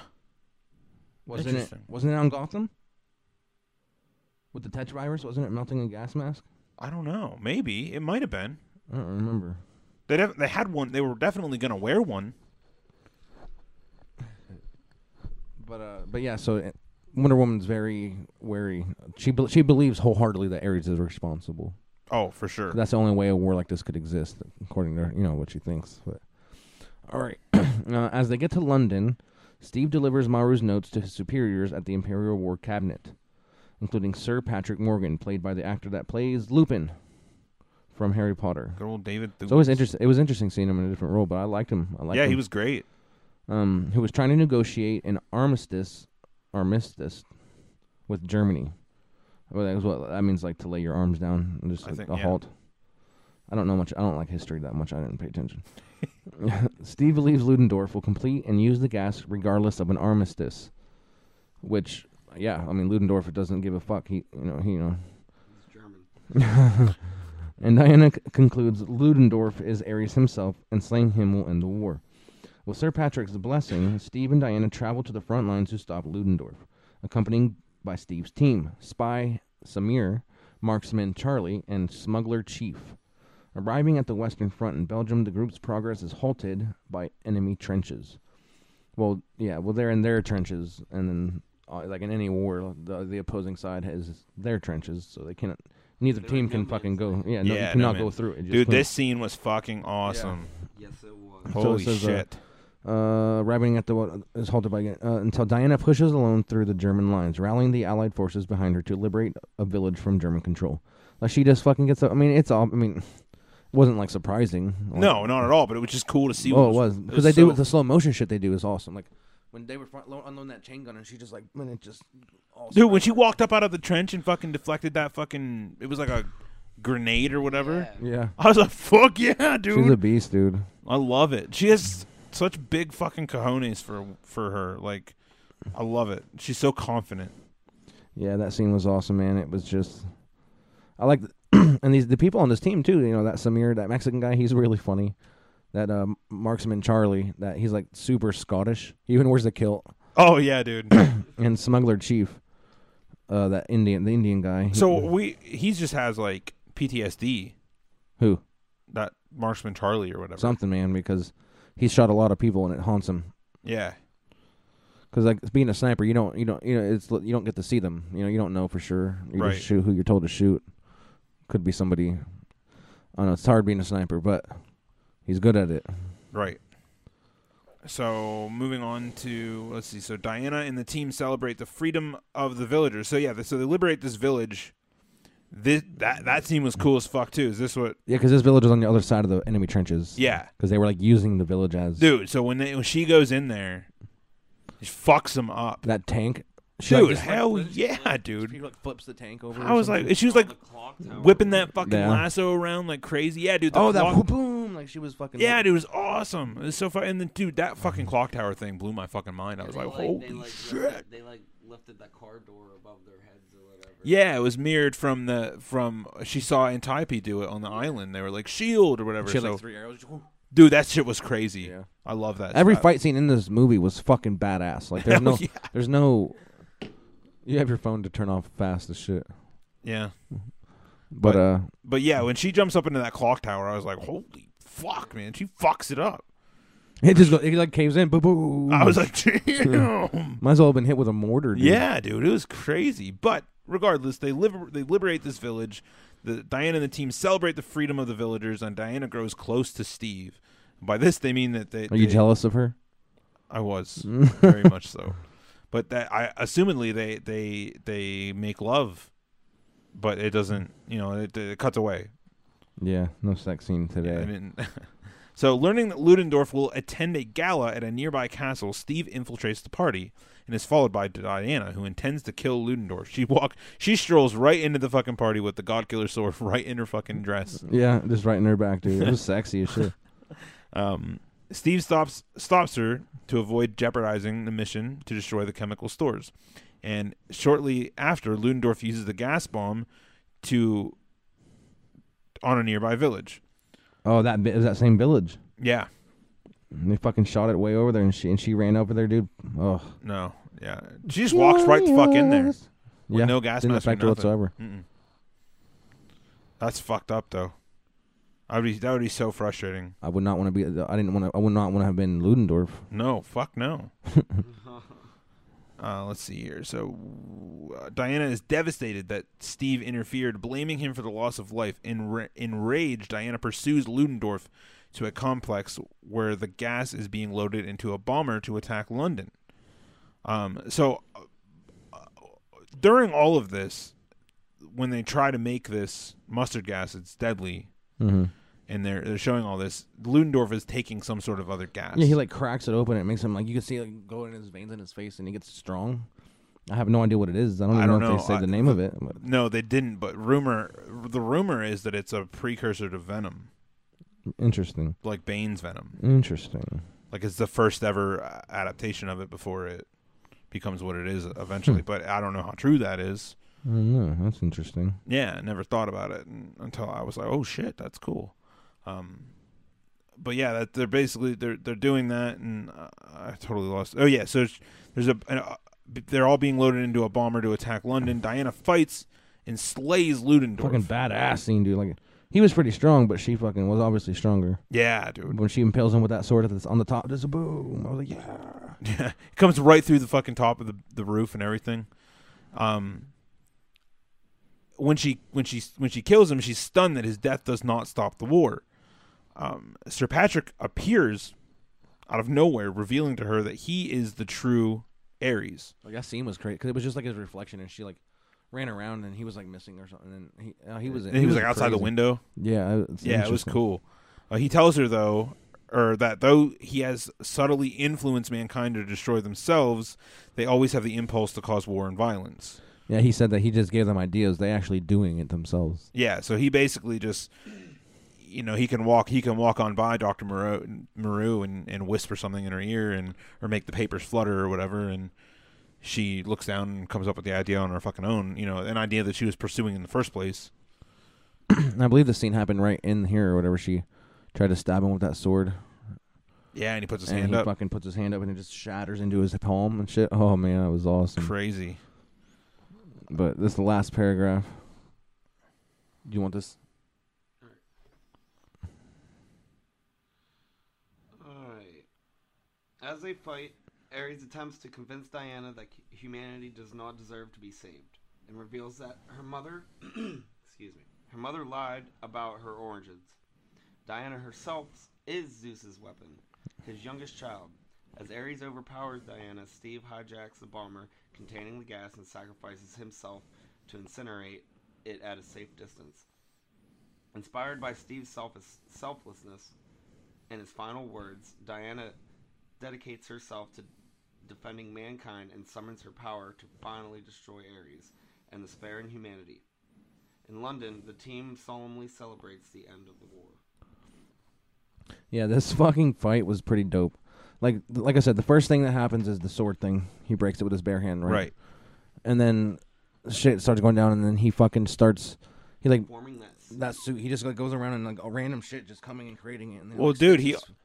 Speaker 3: Wasn't it
Speaker 2: Interesting.
Speaker 3: wasn't it on Gotham? With the Tetch virus, wasn't it melting a gas mask?
Speaker 2: I don't know. Maybe it might have been.
Speaker 3: I don't remember.
Speaker 2: They def- they had one. They were definitely gonna wear one.
Speaker 3: But uh but yeah, so uh, Wonder Woman's very wary. She bel she believes wholeheartedly that Ares is responsible.
Speaker 2: Oh, for sure.
Speaker 3: That's the only way a war like this could exist, according to you know what she thinks. But all right, [coughs] uh, as they get to London, Steve delivers Maru's notes to his superiors at the Imperial War Cabinet, including Sir Patrick Morgan, played by the actor that plays Lupin from Harry Potter.
Speaker 2: Good old David.
Speaker 3: It's always interesting. It was interesting seeing him in a different role, but I liked him. I liked
Speaker 2: yeah,
Speaker 3: him.
Speaker 2: he was great.
Speaker 3: um, who was trying to negotiate an armistice, armistice, with Germany. Well, that was what that means, like to lay your arms down and just
Speaker 2: I
Speaker 3: like,
Speaker 2: think,
Speaker 3: a
Speaker 2: yeah.
Speaker 3: halt. I don't know much. I don't like history that much. I didn't
Speaker 2: [laughs]
Speaker 3: pay attention. Steve believes Ludendorff will complete and use the gas regardless of an armistice, which, yeah, I mean Ludendorff doesn't give a fuck. He, you know, he, you know.
Speaker 4: He's German.
Speaker 3: And Diana c- concludes Ludendorff is Ares himself, and slaying him will end the war. With Sir Patrick's blessing, Steve and Diana travel to the front lines to stop Ludendorff, accompanied by Steve's team spy Samir, marksman Charlie, and smuggler Chief. Arriving at the Western Front in Belgium, the group's progress is halted by enemy trenches. Well, yeah, well, they're in their trenches, and then uh, like in any war, the, the opposing side has their trenches, so they can't. Neither
Speaker 4: There
Speaker 3: team
Speaker 4: are no
Speaker 3: can fucking
Speaker 4: man's
Speaker 3: go.
Speaker 4: land.
Speaker 3: Mm-hmm. Yeah, no, you
Speaker 2: Yeah, no,
Speaker 3: cannot
Speaker 2: man.
Speaker 3: go through it. You
Speaker 2: Dude,
Speaker 3: just
Speaker 2: this scene was fucking awesome.
Speaker 4: Yes, it was.
Speaker 3: So it
Speaker 2: Holy
Speaker 3: says, uh,
Speaker 2: shit.
Speaker 3: Uh, arriving at the what is halted by uh, until Diana pushes alone through the German lines, rallying the Allied forces behind her to liberate a village from German control. Like she just fucking gets up. I mean, it's all. I mean, it wasn't like surprising. Like,
Speaker 2: no, not at all. But it was just cool to see. what
Speaker 3: Oh, it was because they do with the slow motion shit they do is awesome. Like when they were front, lo- unloading that chain gun and she just like when it just all
Speaker 2: dude when she walked up out of the trench and fucking deflected that fucking. It was like a grenade or whatever.
Speaker 3: yeah,
Speaker 2: I was like, fuck yeah,
Speaker 3: she's a
Speaker 2: dude.
Speaker 3: beast, dude.
Speaker 2: I love it. She has such big fucking cojones for for her. Like, I love it. She's so confident.
Speaker 3: Yeah, that scene was awesome, man. It was just I like and these the [clears throat] people on this team too. You know that Samir, that Mexican guy, he's really funny. That um, marksman Charlie, that he's like super Scottish. He even wears the kilt.
Speaker 2: Oh yeah, dude.
Speaker 3: And smuggler chief, uh, that Indian, the Indian guy. he-
Speaker 2: so we he just has like PTSD.
Speaker 3: who
Speaker 2: That marksman Charlie or whatever.
Speaker 3: something man because he shot a lot of people and it haunts him.
Speaker 2: Yeah.
Speaker 3: Because like being a sniper, you don't you don't you know it's you don't get to see them. You know you don't know for sure. You
Speaker 2: Right.
Speaker 3: just shoot who you're told to shoot. Could be somebody. I don't know. It's hard being a sniper, but he's good at it.
Speaker 2: Right. So moving on to let's see. So Diana and the team celebrate the freedom of the villagers. So yeah, so they liberate this village. This that that scene was cool as fuck too. Is this what?
Speaker 3: Yeah, because this village is on the other side of the enemy trenches.
Speaker 2: Yeah,
Speaker 3: because they were like using the village as
Speaker 2: dude. So when they when she goes in there, she fucks them up.
Speaker 3: that tank. She,
Speaker 2: Dude,
Speaker 3: [laughs] just,
Speaker 2: hell
Speaker 1: literally just
Speaker 2: yeah,
Speaker 1: like-
Speaker 2: dude.
Speaker 3: like flips the tank over.
Speaker 2: I was like, she was
Speaker 4: On
Speaker 2: like
Speaker 4: the clock tower.
Speaker 2: whipping that fucking
Speaker 3: Yeah.
Speaker 2: lasso around like crazy. Yeah, dude. The
Speaker 3: oh, that
Speaker 2: clock-
Speaker 3: whoop, boom! Like she was fucking.
Speaker 2: Yeah, dude, it was awesome. It was so fun. And then, dude, that fucking clock tower thing blew my fucking mind. I was
Speaker 4: They,
Speaker 2: like,
Speaker 4: like-
Speaker 2: holy
Speaker 4: they, like,
Speaker 2: shit.
Speaker 4: Lifted, they like lifted that car door above their heads or whatever.
Speaker 2: Yeah, it was mirrored from the from she saw Antiope do it on the island. They were like shield or whatever.
Speaker 3: She had
Speaker 2: so,
Speaker 3: like three arrows.
Speaker 2: dude, that shit was crazy.
Speaker 3: Yeah.
Speaker 2: I love that.
Speaker 3: Every
Speaker 2: stuff.
Speaker 3: fight scene in this movie was fucking badass.
Speaker 2: [laughs]
Speaker 3: Like there's
Speaker 2: Hell
Speaker 3: no,
Speaker 2: Oh, yeah.
Speaker 3: there's no. You have your phone to turn off fast as shit.
Speaker 2: Yeah,
Speaker 3: But,
Speaker 2: But-
Speaker 3: uh, [laughs]
Speaker 2: but yeah, when she jumps up into that clock tower, I was like, holy fuck, man, she fucks it up.
Speaker 3: it just go, it like caves in. Boo boo.
Speaker 2: I was like,
Speaker 3: [laughs]
Speaker 2: damn.
Speaker 3: might as well have been hit with a mortar. Dude.
Speaker 2: yeah, dude, it was crazy. But regardless, they liber- they liberate this village. The Diana and the team celebrate the freedom of the villagers, and Diana grows close to Steve. By this, they mean that they.
Speaker 3: Are you
Speaker 2: they-
Speaker 3: jealous of her?
Speaker 2: I
Speaker 3: [laughs]
Speaker 2: was very much so. But that I assumedly they they they make love, but it doesn't. You know, it, it cuts away.
Speaker 3: Yeah. No sex scene today.
Speaker 2: I didn't. [laughs] so learning that Ludendorff will attend a gala at a nearby castle, Steve infiltrates the party and is followed by Diana, who intends to kill Ludendorff. She walk she strolls right into the fucking party with the God Killer sword [laughs] right in her fucking dress.
Speaker 3: yeah, just right in her back, dude.
Speaker 2: [laughs]
Speaker 3: It was sexy as shit.
Speaker 2: Um, Steve stops stops her to avoid jeopardizing the mission to destroy the chemical stores, and shortly after, Ludendorff uses the gas bomb to on a nearby village.
Speaker 3: Oh, that bi- it was that same village.
Speaker 2: Yeah,
Speaker 3: And they fucking shot it way over there, and she and she ran over there, dude. Oh,
Speaker 2: no, yeah, she just walks right the fuck in there.
Speaker 3: yeah,
Speaker 2: no gas
Speaker 3: didn't
Speaker 2: mask or
Speaker 3: affect her
Speaker 2: nothing.
Speaker 3: whatsoever.
Speaker 2: Mm-mm. That's fucked up though. I'd be that would be so frustrating.
Speaker 3: I would not want to be. I didn't want to. I would not want to have been Ludendorff.
Speaker 2: No, fuck no. [laughs] uh, let's see here. So uh, Diana is devastated that Steve interfered, blaming him for the loss of life. Enra- enraged, Diana pursues Ludendorff to a complex where the gas is being loaded into a bomber to attack London. Um, so uh, during all of this, when they try to make this mustard gas, it's deadly.
Speaker 3: Mm-hmm.
Speaker 2: And they're they're showing all this. Ludendorff is taking some sort of other gas.
Speaker 3: Yeah, he like cracks it open. And it makes him like you can see like go in his veins in his face, and he gets strong. I have no idea what it is. I don't
Speaker 2: I
Speaker 3: even
Speaker 2: don't
Speaker 3: know, if
Speaker 2: know.
Speaker 3: they say
Speaker 2: I-
Speaker 3: the name of it. But
Speaker 2: No, they didn't. But rumor, the rumor is that it's a precursor to Venom,
Speaker 3: interesting,
Speaker 2: like Bane's Venom.
Speaker 3: interesting.
Speaker 2: Like it's the first ever uh, adaptation of it before it becomes what it is
Speaker 3: Hmm.
Speaker 2: eventually. but I don't know how true that is.
Speaker 3: I don't know. That's interesting.
Speaker 2: Yeah, I never thought about it un- until I was like, oh shit, that's cool. Um, but yeah, that they're basically they're they're doing that, and uh, I totally lost. Oh yeah, so it's- there's a an, uh, they're all being loaded into a bomber to attack London. Diana fights and slays Ludendorff.
Speaker 3: Fucking badass scene, dude. Like he was pretty strong, but she fucking was obviously stronger.
Speaker 2: yeah, dude.
Speaker 3: When she impales him with that sword that's on the top, just a boom. I was like, yeah.
Speaker 2: Yeah, it comes right through the fucking top of the, the roof and everything. Um, when she when she when she kills him, she's stunned that his death does not stop the war. Um, Sir Patrick appears out of nowhere, revealing to her that he is the true Ares.
Speaker 3: Like that scene was crazy because it was just like his reflection, and she like ran around, and he was like missing or something, and he uh, he was
Speaker 2: And he, was, like outside the
Speaker 3: crazy.
Speaker 2: window.
Speaker 3: Yeah, it's
Speaker 2: Yeah, it was
Speaker 3: interesting.
Speaker 2: cool. Uh, he tells her though, or that though he has subtly influenced mankind to destroy themselves, they always have the impulse to cause war and violence.
Speaker 3: Yeah, he said that he just gave them ideas. They actually doing it themselves.
Speaker 2: Yeah, so he basically just you know, he can walk he can walk on by Dr. Moreau Maru and, and whisper something in her ear and or make the papers flutter or whatever and she looks down and comes up with the idea on her fucking own, you know, an idea that she was pursuing in the first place.
Speaker 3: And I believe the scene happened right in here or whatever. She tried to stab him with that sword,
Speaker 2: Yeah, and he puts his
Speaker 3: and
Speaker 2: hand
Speaker 3: he
Speaker 2: up.
Speaker 3: fucking puts his hand up, and it just shatters into his palm and shit. Oh man, that was awesome.
Speaker 2: Crazy.
Speaker 3: But this is the last paragraph. Do you want this?
Speaker 4: Alright. As they fight, Ares attempts to convince Diana that hu- humanity does not deserve to be saved, and reveals that her mother, [clears throat] excuse me, her mother lied about her origins. Diana herself is Zeus's weapon, his youngest child. As Ares overpowers Diana, Steve hijacks the bomber containing the gas and sacrifices himself to incinerate it at a safe distance. Inspired by Steve's selfless- selflessness, in his final words, Diana dedicates herself to defending mankind and summons her power to finally destroy Ares and despair in humanity. In London, the team solemnly celebrates the end of the war.
Speaker 3: Yeah, this [laughs] fucking fight was pretty dope. Like like I said, the first thing that happens is the sword thing. He breaks it with his bare hand, right?
Speaker 2: Right.
Speaker 3: And then shit starts going down, and then he fucking starts. He like
Speaker 4: Forming that. s-
Speaker 3: that suit. He just like goes around and like random shit just coming and creating it. And then,
Speaker 2: Well,
Speaker 3: like,
Speaker 2: dude,
Speaker 3: sticks
Speaker 2: he
Speaker 3: his-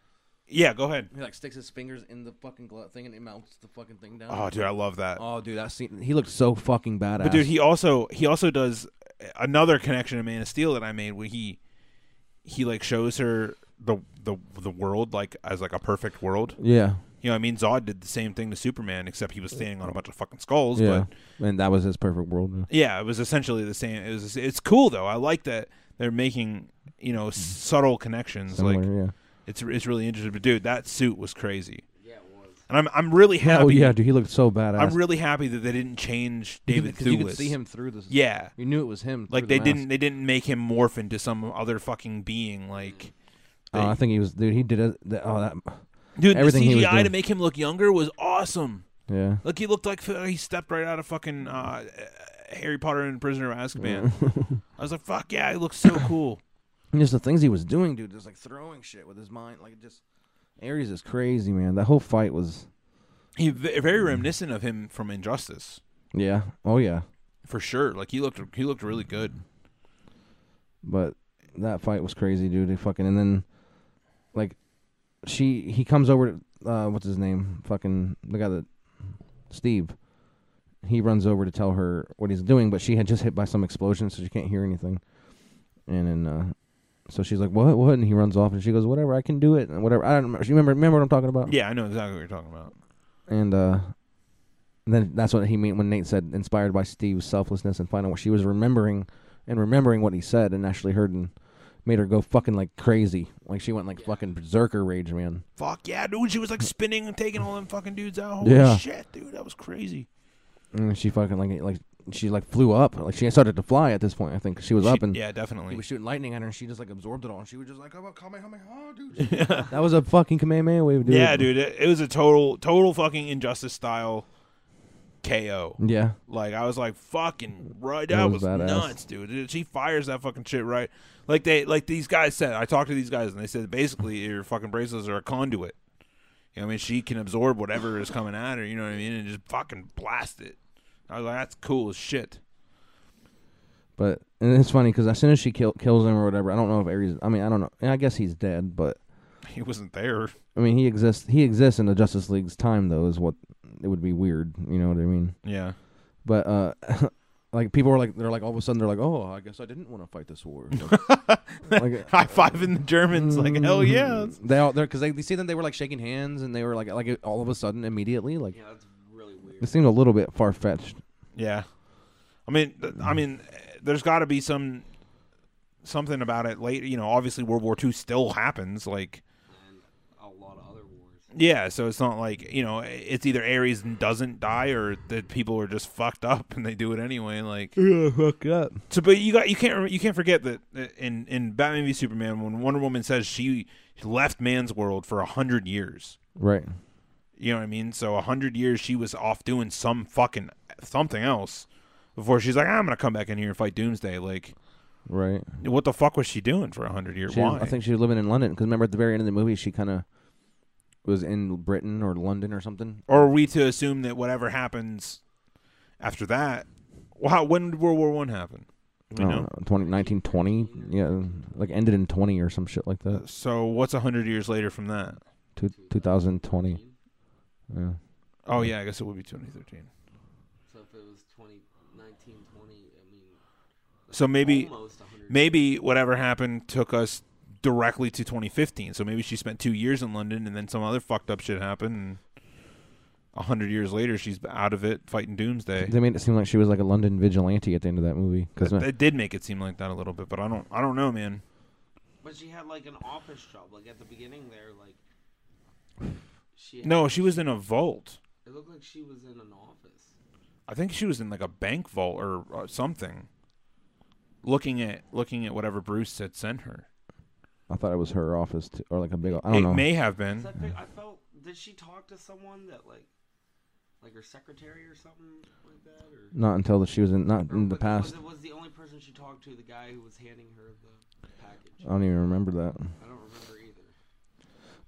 Speaker 2: Yeah, go ahead.
Speaker 3: he like sticks his fingers in the fucking glut thing and it melts the fucking thing down.
Speaker 2: Oh, dude, I love that.
Speaker 3: Oh, dude, that scene. He looked so fucking badass.
Speaker 2: But dude, he also he also does another connection to Man of Steel that I made where he he like shows her the the the world like as like a perfect world.
Speaker 3: yeah,
Speaker 2: You know, what I mean, Zod did the same thing to Superman, except he was standing on a bunch of fucking skulls.
Speaker 3: yeah,
Speaker 2: But
Speaker 3: and that was his perfect world. yeah.
Speaker 2: yeah, it was essentially the same. It was. It's cool though. I like that they're making you know subtle connections. like
Speaker 3: Mm-hmm. Similar, yeah.
Speaker 2: it's it's really interesting. But dude, that suit was crazy,
Speaker 4: Yeah, it was.
Speaker 2: and I'm I'm really happy.
Speaker 3: [laughs] Oh yeah, dude, he looked so badass.
Speaker 2: I'm really happy that they didn't change David
Speaker 3: because you could
Speaker 2: Thewlis.
Speaker 3: see him through this.
Speaker 2: Yeah,
Speaker 3: you knew it was him.
Speaker 2: like
Speaker 3: through
Speaker 2: they
Speaker 3: the
Speaker 2: didn't
Speaker 3: mask.
Speaker 2: they didn't make him morph into some other fucking being. Like,
Speaker 3: Oh, I think he was, dude. He did it. The, oh, that.
Speaker 2: dude,
Speaker 3: Everything he
Speaker 2: the
Speaker 3: was
Speaker 2: CGI to
Speaker 3: doing.
Speaker 2: make him look younger was awesome.
Speaker 3: Yeah.
Speaker 2: Like he looked like he stepped right out of fucking uh, Harry Potter and Prisoner of [laughs] Azkaban. I was like, fuck yeah, he looks so cool.
Speaker 3: And just the things he was doing, dude. Just like throwing shit with his mind. Like it just. Ares is crazy, man. That whole fight was.
Speaker 2: He v- very reminiscent of him from Injustice
Speaker 3: Yeah. Oh yeah.
Speaker 2: for sure. Like he looked he looked really good.
Speaker 3: But that fight was crazy, dude. He fucking and then, like, she he comes over. To, uh, what's his name? Fucking the guy that Steve. He runs over to tell her what he's doing, but she had just hit by some explosion, so she can't hear anything. And then, uh, so she's like, "What? What?" And he runs off, and she goes, "Whatever, I can do it." And whatever, I don't remember. You remember? Remember what I'm talking about?
Speaker 2: Yeah, I know exactly what you're talking about.
Speaker 3: And uh, then that's what he meant when Nate said inspired by Steve's selflessness and finding what she was remembering and remembering what he said and actually heard and made her go fucking like crazy. Like she went like fucking berserker rage, man.
Speaker 2: Fuck yeah, dude! She was like spinning and taking all them fucking dudes out. Holy
Speaker 3: Yeah.
Speaker 2: shit, dude, that was crazy.
Speaker 3: And she fucking like like she like flew up. Like she started to fly at this point. I think 'cause she was
Speaker 2: She-
Speaker 3: up and
Speaker 2: yeah,
Speaker 3: he
Speaker 2: definitely.
Speaker 3: was shooting lightning at her and she just like absorbed it all. And she was just like, oh, come
Speaker 2: [laughs]
Speaker 3: on, dude. that was a fucking Kamehameha wave, dude.
Speaker 2: Yeah, dude, it, it was a total total fucking Injustice style KO.
Speaker 3: Yeah.
Speaker 2: Like I was like, fucking right.
Speaker 3: That
Speaker 2: That was,
Speaker 3: was badass.
Speaker 2: nuts, dude. Dude, She fires that fucking shit right. Like they, like these guys said. I talked to these guys and they said basically your fucking bracelets are a conduit. You know what I mean? She can absorb whatever is coming at her. You know what I mean? And just fucking blast it. I was like, that's cool as shit. [laughs]
Speaker 3: But and it's funny because as soon as she kill, kills him or whatever, I don't know if Ares. I mean, I don't know. I guess he's dead, but
Speaker 2: He wasn't there.
Speaker 3: I mean, he exists. He exists in the Justice League's time, though. Is what it would be weird. You know what I mean?
Speaker 2: Yeah.
Speaker 3: But uh, [laughs] Like people were like, they're like, all of a sudden they're like, oh, I guess I didn't want to fight this war. Like, [laughs] like,
Speaker 2: High five in the Germans, like hell yeah.
Speaker 3: they all they're because they, they see them they were like shaking hands and they were like like all of a sudden immediately like
Speaker 4: Yeah, that's really
Speaker 3: it
Speaker 4: weird.
Speaker 3: seemed a little bit far fetched.
Speaker 2: Yeah, I mean, th- I mean, there's got to be some something about it later. You know, obviously World War II still happens. Like,
Speaker 4: And a lot of other wars.
Speaker 2: yeah, so it's not like you know, it's either Ares doesn't die or that people are just fucked up and they do it anyway. Like,
Speaker 3: Yeah, fuck up.
Speaker 2: So, but you got you can't rem- you can't forget that uh, in in Batman v Superman, when Wonder Woman says she left man's world for a hundred years,
Speaker 3: Right.
Speaker 2: you know what I mean? So a hundred years she was off doing some fucking something else before she's like, I'm gonna come back in here and fight Doomsday. Like,
Speaker 3: Right.
Speaker 2: what the fuck was she doing for a hundred years?
Speaker 3: She,
Speaker 2: Why?
Speaker 3: I think she was living in London because remember at the very end of the movie she kind of was in Britain or London or something.
Speaker 2: or are we to assume that whatever happens after that? Wow, when did World War One happen?
Speaker 3: I
Speaker 2: You
Speaker 3: don't
Speaker 2: know.
Speaker 3: know, 20, 1920. Yeah, like ended in twenty or some shit like that.
Speaker 2: So what's a hundred years later from that?
Speaker 3: Two, 2020. Yeah.
Speaker 2: Oh yeah, I guess it would be 2013.
Speaker 4: So if it was 2019, 20, I mean,
Speaker 2: So maybe.
Speaker 4: almost 100.
Speaker 2: maybe whatever happened took us directly to 2015. So maybe she spent two years in London, and then some other fucked up shit happened. And a hundred years later, she's out of it fighting Doomsday.
Speaker 3: They made it seem like she was like a London vigilante at the end of that movie. Cause
Speaker 2: That, that did make it seem like that a little bit, but I don't, I don't know, man.
Speaker 4: But she had like an office job, like at the beginning there, like she. Had,
Speaker 2: No, she was in a vault.
Speaker 4: It looked like she was in an office.
Speaker 2: I think she was in like a bank vault or, or something, looking at looking at whatever Bruce had sent her.
Speaker 3: I thought it was her office too, or like a big. I don't
Speaker 2: It
Speaker 3: know.
Speaker 2: may have
Speaker 4: 'Cause
Speaker 2: been.
Speaker 4: I,
Speaker 3: Mm-hmm.
Speaker 4: fig- I felt. Did she talk to someone that like, like her secretary or something like that, or?
Speaker 3: not until the, she was in not
Speaker 4: or
Speaker 3: in the
Speaker 4: was-
Speaker 3: past.
Speaker 4: Was, was the only person she talked to the guy who was handing her the package?
Speaker 3: I don't even remember that.
Speaker 4: I don't remember either.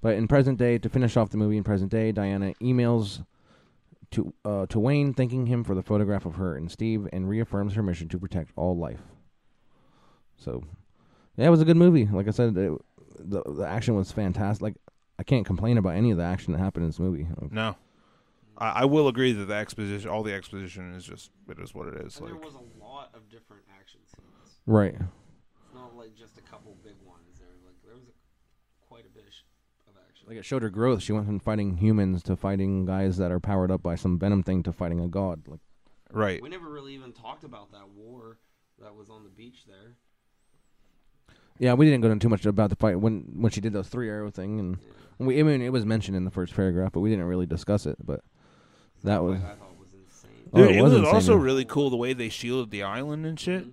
Speaker 3: But in present day, to finish off the movie in present day, Diana emails to uh, to Wayne, thanking him for the photograph of her and Steve, and reaffirms her mission to protect all life. So, yeah, it was a good movie. Like I said, it, the the action was fantastic. Like I can't complain about any of the action that happened in this movie. Like,
Speaker 2: No, I, I will agree that the exposition, all the exposition, is just it is what it is.
Speaker 4: And
Speaker 2: Like,
Speaker 4: there was a lot of different action scenes.
Speaker 3: Right.
Speaker 4: It's not like just a couple big ones. There, like there was a, quite a bit of sh- of action.
Speaker 3: Like it showed her growth. She went from fighting humans to fighting guys that are powered up by some venom thing to fighting a god. Like
Speaker 2: right?
Speaker 4: We never really even talked about that war that was on the beach there.
Speaker 3: Yeah, we didn't go into too much about the fight when when she did the three arrow thing, and we I mean it was mentioned in the first paragraph, but we didn't really discuss it. But that was
Speaker 4: I thought was insane.
Speaker 3: Oh,
Speaker 2: Dude,
Speaker 3: it
Speaker 2: it
Speaker 3: was
Speaker 2: was,
Speaker 3: insane,
Speaker 2: also
Speaker 3: yeah.
Speaker 2: really cool the way they shielded the island and shit.
Speaker 4: Mm-hmm.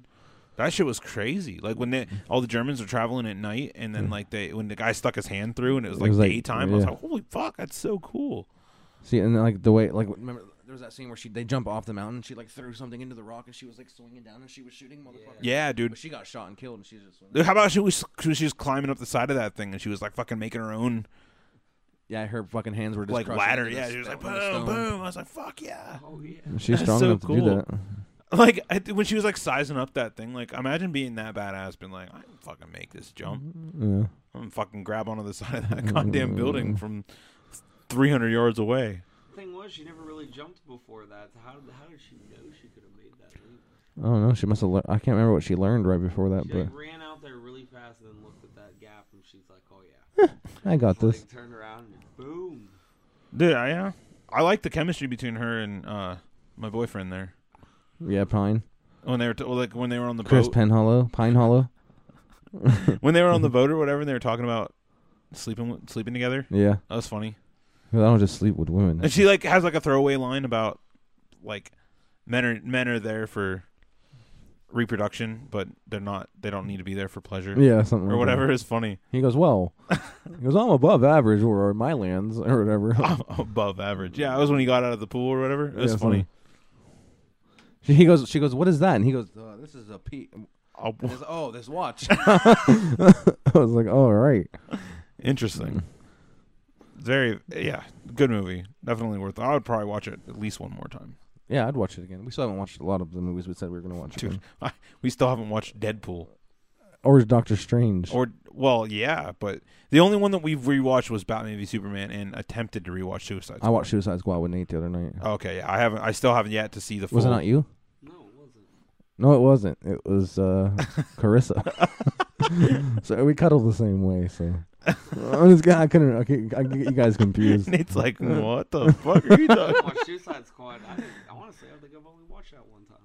Speaker 2: That shit was crazy. Like when they, all the Germans are traveling at night, and then like they when the guy stuck his hand through and it was like
Speaker 3: Mm. was like-
Speaker 2: daytime. I was
Speaker 3: yeah.
Speaker 2: like, holy fuck, that's so cool.
Speaker 3: see, and then, like the way like remember there was that scene where she they jump off the mountain, she like threw something into the rock, and she was like swinging down, and she was shooting motherfucker.
Speaker 2: Yeah, dude.
Speaker 3: But she got shot and killed, and she's just swinging.
Speaker 2: Dude, How about she was she was just climbing up the side of that thing and she was like fucking making her own
Speaker 3: yeah, her fucking hands were just
Speaker 2: like
Speaker 3: crushing
Speaker 2: ladder.
Speaker 3: into
Speaker 2: Yeah,
Speaker 3: the
Speaker 2: she was like
Speaker 3: stone-
Speaker 2: boom,
Speaker 3: the stone.
Speaker 2: boom. I was like, fuck yeah.
Speaker 4: Oh yeah.
Speaker 3: She's
Speaker 2: That's
Speaker 3: strong
Speaker 2: so
Speaker 3: enough to do
Speaker 2: cool.
Speaker 3: that.
Speaker 2: Like I, when she was like sizing up that thing. Like imagine being that badass, being like, I can fucking make this jump.
Speaker 3: Yeah.
Speaker 2: I'm gonna fucking grab onto the [laughs] side of that goddamn building from 300 yards away.
Speaker 4: The thing was, she never really jumped before that. So how did how did she know she could have made that leap?
Speaker 3: I don't know. She must have. lear I can't remember what she learned right before that,
Speaker 4: She
Speaker 3: but
Speaker 4: like, ran out there really fast and then looked at that gap and she's like, oh yeah.
Speaker 3: I got this.
Speaker 4: like turned around and boom.
Speaker 2: Dude, I, yeah. I like the chemistry between her and uh, my boyfriend there. hmm.
Speaker 3: Yeah, Pine,
Speaker 2: When they were t- like when they were on the
Speaker 3: Chris
Speaker 2: boat,
Speaker 3: Penn Hollow, Pine Hollow.
Speaker 2: when they were
Speaker 3: [laughs]
Speaker 2: on the boat or whatever, and they were talking about sleeping with- sleeping together.
Speaker 3: Yeah,
Speaker 2: That was funny.
Speaker 3: 'Cause I don't just sleep with women.
Speaker 2: And she like has like a throwaway line about like men are men are there for reproduction, but they're not. They don't need to be there for pleasure
Speaker 3: Yeah, something
Speaker 2: or
Speaker 3: like that.
Speaker 2: whatever is funny. [laughs]
Speaker 3: He goes, well, he goes, I'm above average or my lands
Speaker 2: [laughs]
Speaker 3: or whatever.
Speaker 2: I'm above average. Yeah, that was when he got out of the pool or whatever. It was
Speaker 3: [laughs] Yeah,
Speaker 2: funny.
Speaker 3: something. She- He goes, she goes, what is that? And he goes, uh, this is a pe-
Speaker 2: I'll-
Speaker 3: this, oh,
Speaker 2: [laughs]
Speaker 3: this watch. [laughs] I was like, all right.
Speaker 2: Interesting. Very yeah, good movie. Definitely worth. I would probably watch it at least one more time.
Speaker 3: Yeah, I'd watch it again. We still haven't watched a lot of the movies we said we were going to watch.
Speaker 2: Dude,
Speaker 3: again.
Speaker 2: [laughs] I, we still haven't watched Deadpool.
Speaker 3: Or is Doctor Strange.
Speaker 2: Or well, yeah, but the only one that we've rewatched was Batman v Superman, and attempted to rewatch Suicide.
Speaker 3: I
Speaker 2: Squad. Uh,
Speaker 3: watched Suicide Squad with Nate the other night.
Speaker 2: [laughs] Okay, yeah, I haven't. I still haven't yet to see the full.
Speaker 3: was it not you?
Speaker 4: No, it wasn't.
Speaker 3: No, it wasn't. It was [laughs] uh, Carissa. so we cuddled the same way. So I'm just, I couldn't. I, could, I get you guys [laughs] confused.
Speaker 2: Nate's like, what the fuck are you
Speaker 4: [laughs] I
Speaker 2: talking?
Speaker 4: watched Suicide Squad. I, didn't, I want to say I think I've only watched that one time.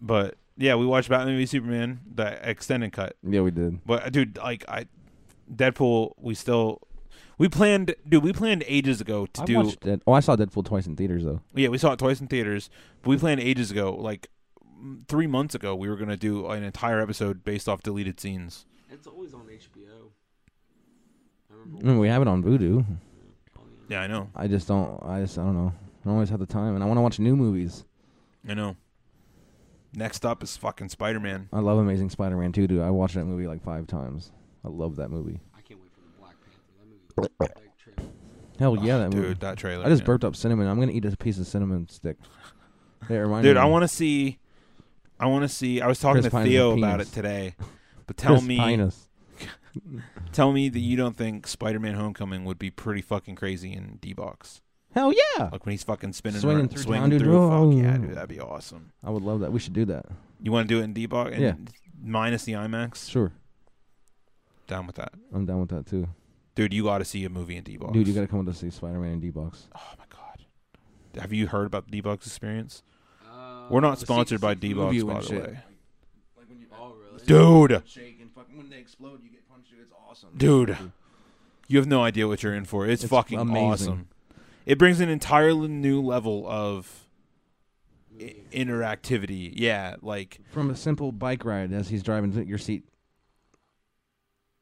Speaker 2: But yeah, we watched Batman v Superman, the extended cut.
Speaker 3: Yeah, we did.
Speaker 2: But uh, dude, like I, Deadpool, we still, we planned, dude, we planned ages ago to
Speaker 3: I
Speaker 2: do.
Speaker 3: watched Dead- oh, I saw Deadpool twice in theaters though.
Speaker 2: Yeah, we saw it twice in theaters. But we planned ages ago, like m- three months ago, we were gonna do an entire episode based off deleted scenes.
Speaker 4: It's always on HBO. I
Speaker 3: I
Speaker 4: remember
Speaker 3: mean, we have it on Voodoo.
Speaker 4: on the
Speaker 2: Yeah, I know,
Speaker 3: I just don't. I just. I don't know. I don't always have the time, and I want to watch new movies.
Speaker 2: I know. Next up is fucking Spider Man.
Speaker 3: I love Amazing Spider-Man 2, dude. I watched that movie like five times. I love that movie.
Speaker 4: I can't wait for the Black Panther. That movie looks like trash.
Speaker 3: Hell yeah, that
Speaker 2: dude,
Speaker 3: movie.
Speaker 2: that trailer.
Speaker 3: I just
Speaker 2: yeah.
Speaker 3: burped up cinnamon. I'm gonna eat a piece of cinnamon [laughs] stick. It reminded
Speaker 2: Dude, I
Speaker 3: me.
Speaker 2: want to see. I want to see. I was talking
Speaker 3: Chris
Speaker 2: to
Speaker 3: Pine's
Speaker 2: Theo
Speaker 3: a
Speaker 2: about
Speaker 3: penis.
Speaker 2: it today,
Speaker 3: [laughs]
Speaker 2: but tell
Speaker 3: Chris
Speaker 2: me,
Speaker 3: Pinus.
Speaker 2: tell me that you don't think Spider-Man: Homecoming would be pretty fucking crazy in D-box,
Speaker 3: Hell yeah!
Speaker 2: like when he's fucking spinning,
Speaker 3: Swinging
Speaker 2: around-
Speaker 3: through
Speaker 2: swinging
Speaker 3: town, dude.
Speaker 2: through.
Speaker 3: Oh.
Speaker 2: Fuck yeah, dude, that'd be awesome.
Speaker 3: I would love that. We should do that.
Speaker 2: You want to do it in D-box and
Speaker 3: Yeah.
Speaker 2: minus the IMAX?
Speaker 3: Sure,
Speaker 2: Down with that,
Speaker 3: I'm down with that too.
Speaker 2: dude. You got to see a movie in D-box,
Speaker 3: Dude, you gotta come with us to see Spider-Man in D-box.
Speaker 2: oh my god, have you heard about the D-box experience?
Speaker 4: Uh,
Speaker 2: We're not
Speaker 3: the
Speaker 2: sponsored by
Speaker 3: secret
Speaker 2: D-box,
Speaker 3: movie
Speaker 2: by
Speaker 3: and
Speaker 2: the
Speaker 3: shit.
Speaker 2: way.
Speaker 3: Like when you
Speaker 4: Oh, really?
Speaker 2: Dude,
Speaker 3: shake and fucking when they explode, you get punched. It's awesome.
Speaker 2: Dude. you have no idea what you're in for. It's,
Speaker 3: It's
Speaker 2: fucking
Speaker 3: amazing.
Speaker 2: awesome. It brings an entirely new level of i- interactivity. Yeah, like
Speaker 3: From a simple bike ride as he's driving, th- your seat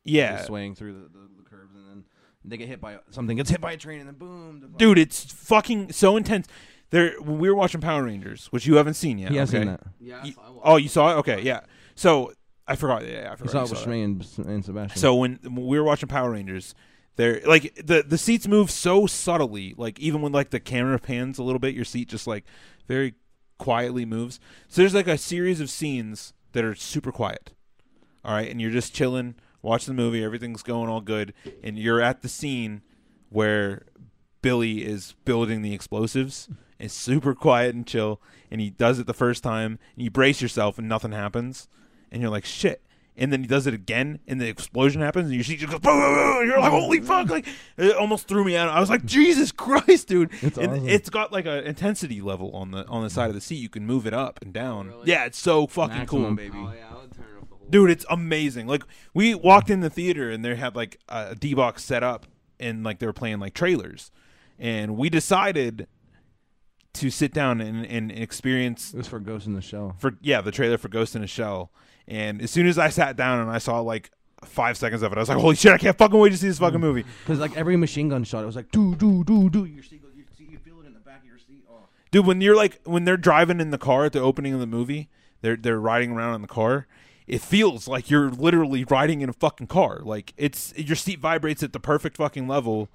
Speaker 2: yeah,
Speaker 3: is swaying through the, the, the curbs, and then they get hit by something. Gets hit by a train, and then boom. The
Speaker 2: dude, it's fucking so intense. There, when we were watching Power Rangers, which you haven't seen yet.
Speaker 3: he has
Speaker 2: okay?
Speaker 3: seen that.
Speaker 4: Yeah,
Speaker 2: You-
Speaker 4: so I watched
Speaker 2: oh, you saw it? Okay, yeah. So I forgot. Yeah, I forgot.
Speaker 3: He
Speaker 2: you
Speaker 3: saw it with
Speaker 2: saw that.
Speaker 3: Shmay and, and Sebastian.
Speaker 2: So when, when we were watching Power Rangers, there like the the seats move so subtly, like even when like the camera pans a little bit, your seat just like very quietly moves. So there's like a series of scenes that are super quiet. All right, and you're just chilling, watching the movie, everything's going all good, and you're at the scene where Billy is building the explosives. It's super quiet and chill, and he does it the first time, and you brace yourself, and nothing happens, and you're like, shit. And then he does it again, and the explosion happens, and you see just goes, boom, boom, boom, and you're like, holy fuck! Like, it almost threw me out. I was like, Jesus Christ, dude!
Speaker 3: It's
Speaker 2: and
Speaker 3: awesome.
Speaker 2: it's got like an intensity level on the on the side of the seat. You can move it up and down.
Speaker 4: Really?
Speaker 2: Yeah, it's so fucking
Speaker 3: Maximum,
Speaker 2: cool,
Speaker 3: baby.
Speaker 4: Oh, yeah, I would turn it up the whole
Speaker 2: dude it's amazing like we walked in the theater and they had like a d-box set up and like they were playing like trailers and we decided to sit down and, and experience
Speaker 3: It was for Ghost in the Shell.
Speaker 2: for yeah the trailer for ghost in a shell and as soon as i sat down and i saw like five seconds of it i was like holy shit i can't fucking wait to see this fucking movie
Speaker 3: Because like every machine gun shot, it was like do do do do. Your seat, goes- your seat, you feel it in the back of your seat. Oh.
Speaker 2: dude when you're like when they're driving in the car at the opening of the movie they're they're riding around in the car it feels like you're literally riding in a fucking car like it's your seat vibrates at the perfect fucking level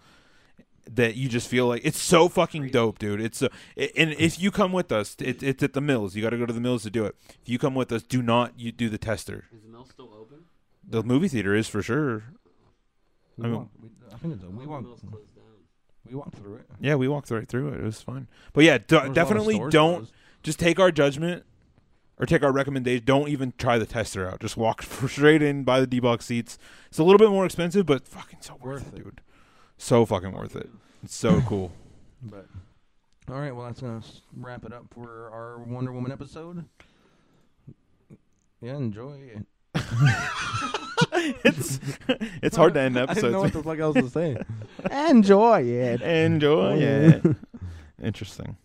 Speaker 2: that you just feel like it's so fucking dope dude it's so, and if you come with us it, it's at the mills you got to go to the mills to do it if you come with us do not you do the tester
Speaker 4: Is the mill still open?
Speaker 2: the movie theater is for sure
Speaker 3: We
Speaker 2: I mean-
Speaker 3: walked- we, I think it's a, we
Speaker 4: The
Speaker 3: walked
Speaker 4: mill's closed down.
Speaker 3: we walked through it.
Speaker 2: yeah we walked right through it it was fun but yeah d- definitely don't just take our judgment or take our recommendation. Don't even try the tester out. Just walk [laughs] straight in, buy the D box seats. It's a little bit more expensive, but fucking so worth,
Speaker 3: Worth
Speaker 2: it,
Speaker 3: it.
Speaker 2: dude. So fucking worth it. It's
Speaker 3: [laughs]
Speaker 2: so cool. [laughs]
Speaker 3: But all right, well that's gonna s- wrap it up for our Wonder Woman episode. Yeah, enjoy. it.
Speaker 2: it's it's hard to end
Speaker 3: I didn't know
Speaker 2: episodes. [laughs]
Speaker 3: [laughs] what the fuck else to say. enjoy it.
Speaker 2: Enjoy it. Interesting.